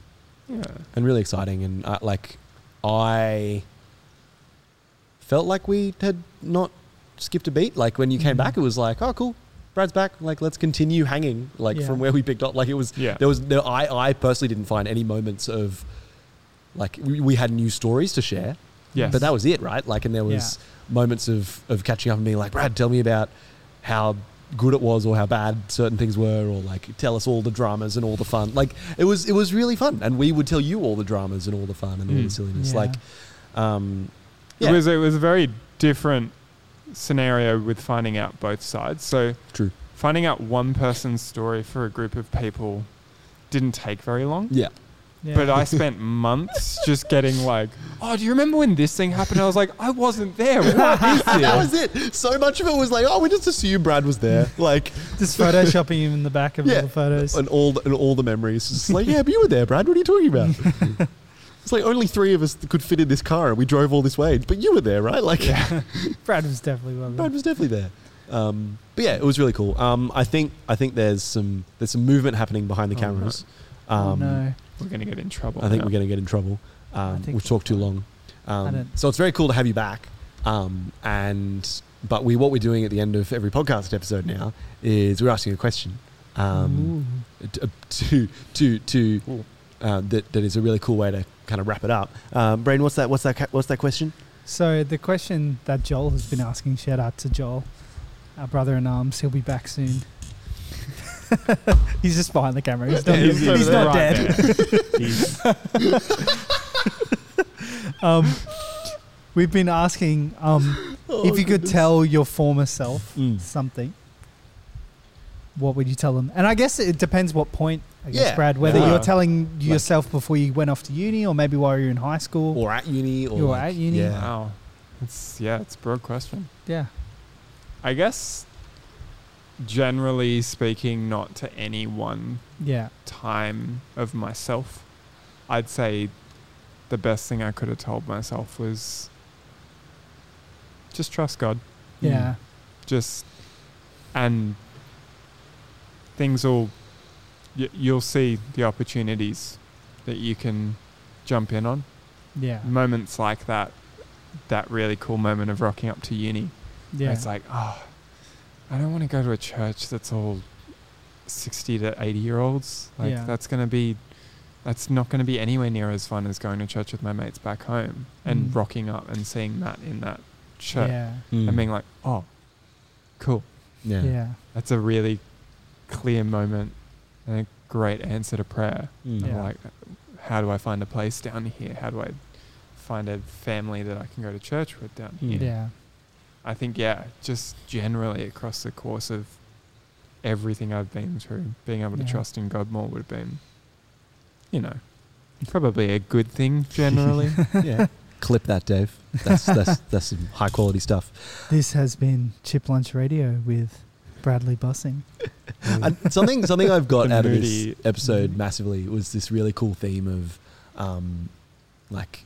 C: Yeah.
A: and really exciting. And uh, like, I felt like we had not skipped a beat. Like when you came
B: Mhm.
A: back, it was like, oh, cool, Brad's back. Like, let's continue hanging. Like
B: Yeah.
A: from where we picked up. Like it was
C: Yeah.
A: there was there, I I personally didn't find any moments of like we, we had new stories to share,
C: Yes.
A: but that was it, right? Like, and there was moments of of catching up and being like, Brad, tell me about how good it was or how bad certain things were or like tell us all the dramas and all the fun like it was it was really fun and we would tell you all the dramas and all the fun and all the
C: Mm.
A: silliness
B: Yeah.
A: like um yeah
C: It was it was a very different scenario with finding out both sides. So
A: True.
C: Finding out one person's story for a group of people didn't take very long.
A: Yeah.
B: Yeah.
C: But I spent months just getting like, oh, do you remember when this thing happened? I was like, I
A: <laughs>
C: wasn't there. What is
A: <laughs> That
C: this?
A: was it. So much of it was like, oh, we just assume Brad was <laughs> there. Like,
B: just photoshopping him in the back
A: <laughs>
B: of
A: Yeah.
B: all the photos.
A: and all the, and all the memories. It's just like, yeah, but you were there, Brad. What are you talking about? <laughs> it's like only three of us could fit in this car, and we drove all this way. But you were there, right? Like,
B: Brad was definitely one of
A: Brad
B: them.
A: was definitely there. Um, but yeah, it was really cool. Um, I think I think there's some there's some movement happening behind the
C: Oh,
A: cameras.
B: Oh,
A: Um,
B: no.
C: We're going to get in trouble.
A: I think
C: now.
A: we're going to get in trouble.
B: I
A: Um,
B: think
A: we've
B: so.
A: talked too long. Um,
B: don't-
A: so it's very cool to have you back. Um, and but we what we're doing at the end of every podcast episode now is we're asking a question um, t- uh, to to to
C: Cool.
A: uh, that that is a really cool way to kind of wrap it up. Um, Brain, what's that? What's that? ca- What's that question?
B: So the question that Joel has been asking, shout out to Joel, our brother in arms. He'll be back soon. <laughs> he's just behind the camera. He's not,
A: Yeah,
B: he's,
A: he's over
B: not
C: right
A: <laughs>
B: dead.
C: there. He's-
B: Um, we've been asking um, if you could tell your former self
A: Mm.
B: something. What would you tell them? And I guess it depends what point, I guess,
A: Yeah.
B: Brad, whether
C: Yeah.
B: you're telling yourself before you went off to uni or maybe while you're in high school.
A: or at uni, or
B: You were
A: like-
B: at uni?
A: Yeah.
C: wow. It's, yeah, it's a broad question.
B: yeah.
C: I guess, generally speaking, not to any one
B: Yeah.
C: time of myself, I'd say the best thing I could have told myself was just trust God.
B: Yeah.
C: Just and things will y- you'll see the opportunities that you can jump in on.
B: Yeah.
C: Moments like that, that really cool moment of rocking up to uni.
B: Yeah.
C: It's like, oh, I don't want to go to a church that's all 60 to 80 year olds. Like,
B: Yeah.
C: that's going to be, that's not going to be anywhere near as fun as going to church with my mates back home and
B: Mm.
C: rocking up and seeing that in that church
B: yeah.
A: Mm.
C: and being like, oh, cool.
A: yeah.
B: Yeah.
C: That's a really clear moment and a great answer to prayer.
A: Mm.
C: I'm
B: Yeah.
C: like, how do I find a place down here? How do I find a family that I can go to church with down
A: Yeah.
C: here?
B: Yeah.
C: I think yeah, just generally across the course of everything I've been through, being able
B: Yeah.
C: to trust in God more would have been, you know, probably a good thing generally.
A: yeah. <laughs> Clip that, Dave. That's that's that's some high quality stuff.
B: This has been Chip Lunch Radio with Bradley Bussing.
A: And something something I've got
C: The
A: out of this
C: moody-
A: episode massively was this really cool theme of, um, like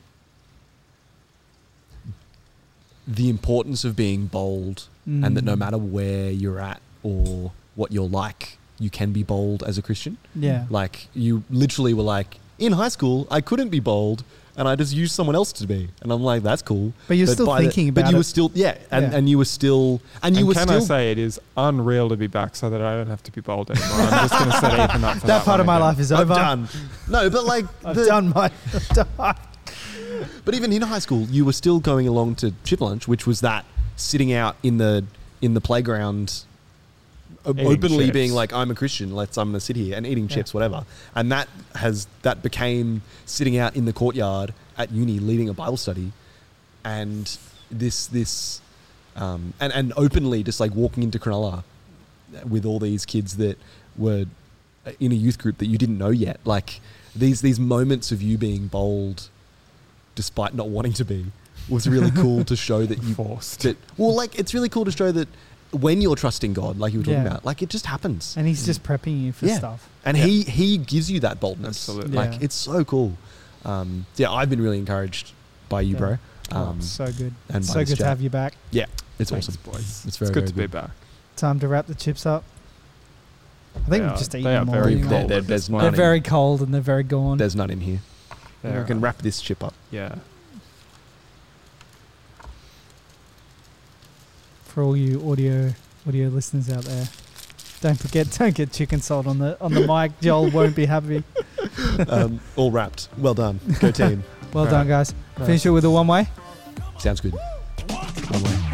A: the importance of being bold, and that no
B: Mm.
A: matter where you're at or what you're like, you can be bold as a Christian.
B: Yeah.
A: Like you literally were like in high school, I couldn't be bold, and I just used someone else to be, and I'm like, that's cool.
B: But you're still
A: by the-
B: thinking about
A: But you
B: it.
A: were still, yeah, and,
B: Yeah.
A: and you were still, and you
C: and
A: were
C: can
A: still.
B: <laughs>
C: I say it is unreal to be back so that I don't have to be bold anymore. I'm just gonna set Ethan up for that.
B: that part
C: one
B: of my
C: again.
B: life is
A: I'm
B: over.
A: done. No, but like,
B: <laughs> I've
A: the-
B: done my. I've done-
A: but even in high school, you were still going along to chip lunch, which was that sitting out in the in the playground, o-
C: Eating
A: openly
C: chips.
A: being like, "I'm a Christian. Let's I'm gonna sit here and eating
B: Yeah.
A: chips, whatever." And that has that became sitting out in the courtyard at uni, leading a Bible study, and this this um, and and openly just like walking into Cronulla with all these kids that were in a youth group that you didn't know yet. Like these these moments of you being bold, despite not wanting to be, was
B: <laughs>
A: really cool to show that you
C: forced.
A: that well, like it's really cool to show that when you're trusting God, like you were talking
B: Yeah.
A: about, like it just happens,
B: and he's just prepping you for
A: Yeah.
B: stuff.
A: and
C: Yeah.
A: he he gives you that boldness.
C: Absolutely.
A: like
B: Yeah.
A: it's so cool. Um, yeah, I've been really encouraged by you,
B: Yeah.
A: bro.
B: Oh,
A: Um,
B: so good.
A: and
B: so
A: Mike's
B: good to
A: chat.
B: have you back.
A: it's
C: Thanks,
A: awesome.
C: boys.
A: It's
C: It's,
A: very,
C: good to
A: very
C: be back.
B: Time to wrap the chips up. I think
C: They
B: we've
C: are-
B: just
C: they
B: eaten
C: are
B: them all.
C: very
B: anyway.
C: cold.
A: There- there- there's
C: They're
A: none.
B: They're
A: in-
B: very cold and they're very gone.
A: There's none in here.
C: They
A: I can
C: are.
A: wrap this chip up.
C: Yeah.
B: for all you audio audio listeners out there. Don't forget, <laughs> don't get chicken salt on the on the mic. Joel won't be happy.
A: um, all wrapped. Well done. Go team.
B: Well
C: Right.
B: done, guys.
C: Right.
B: Finish it with a one way.
A: Sounds good. One way.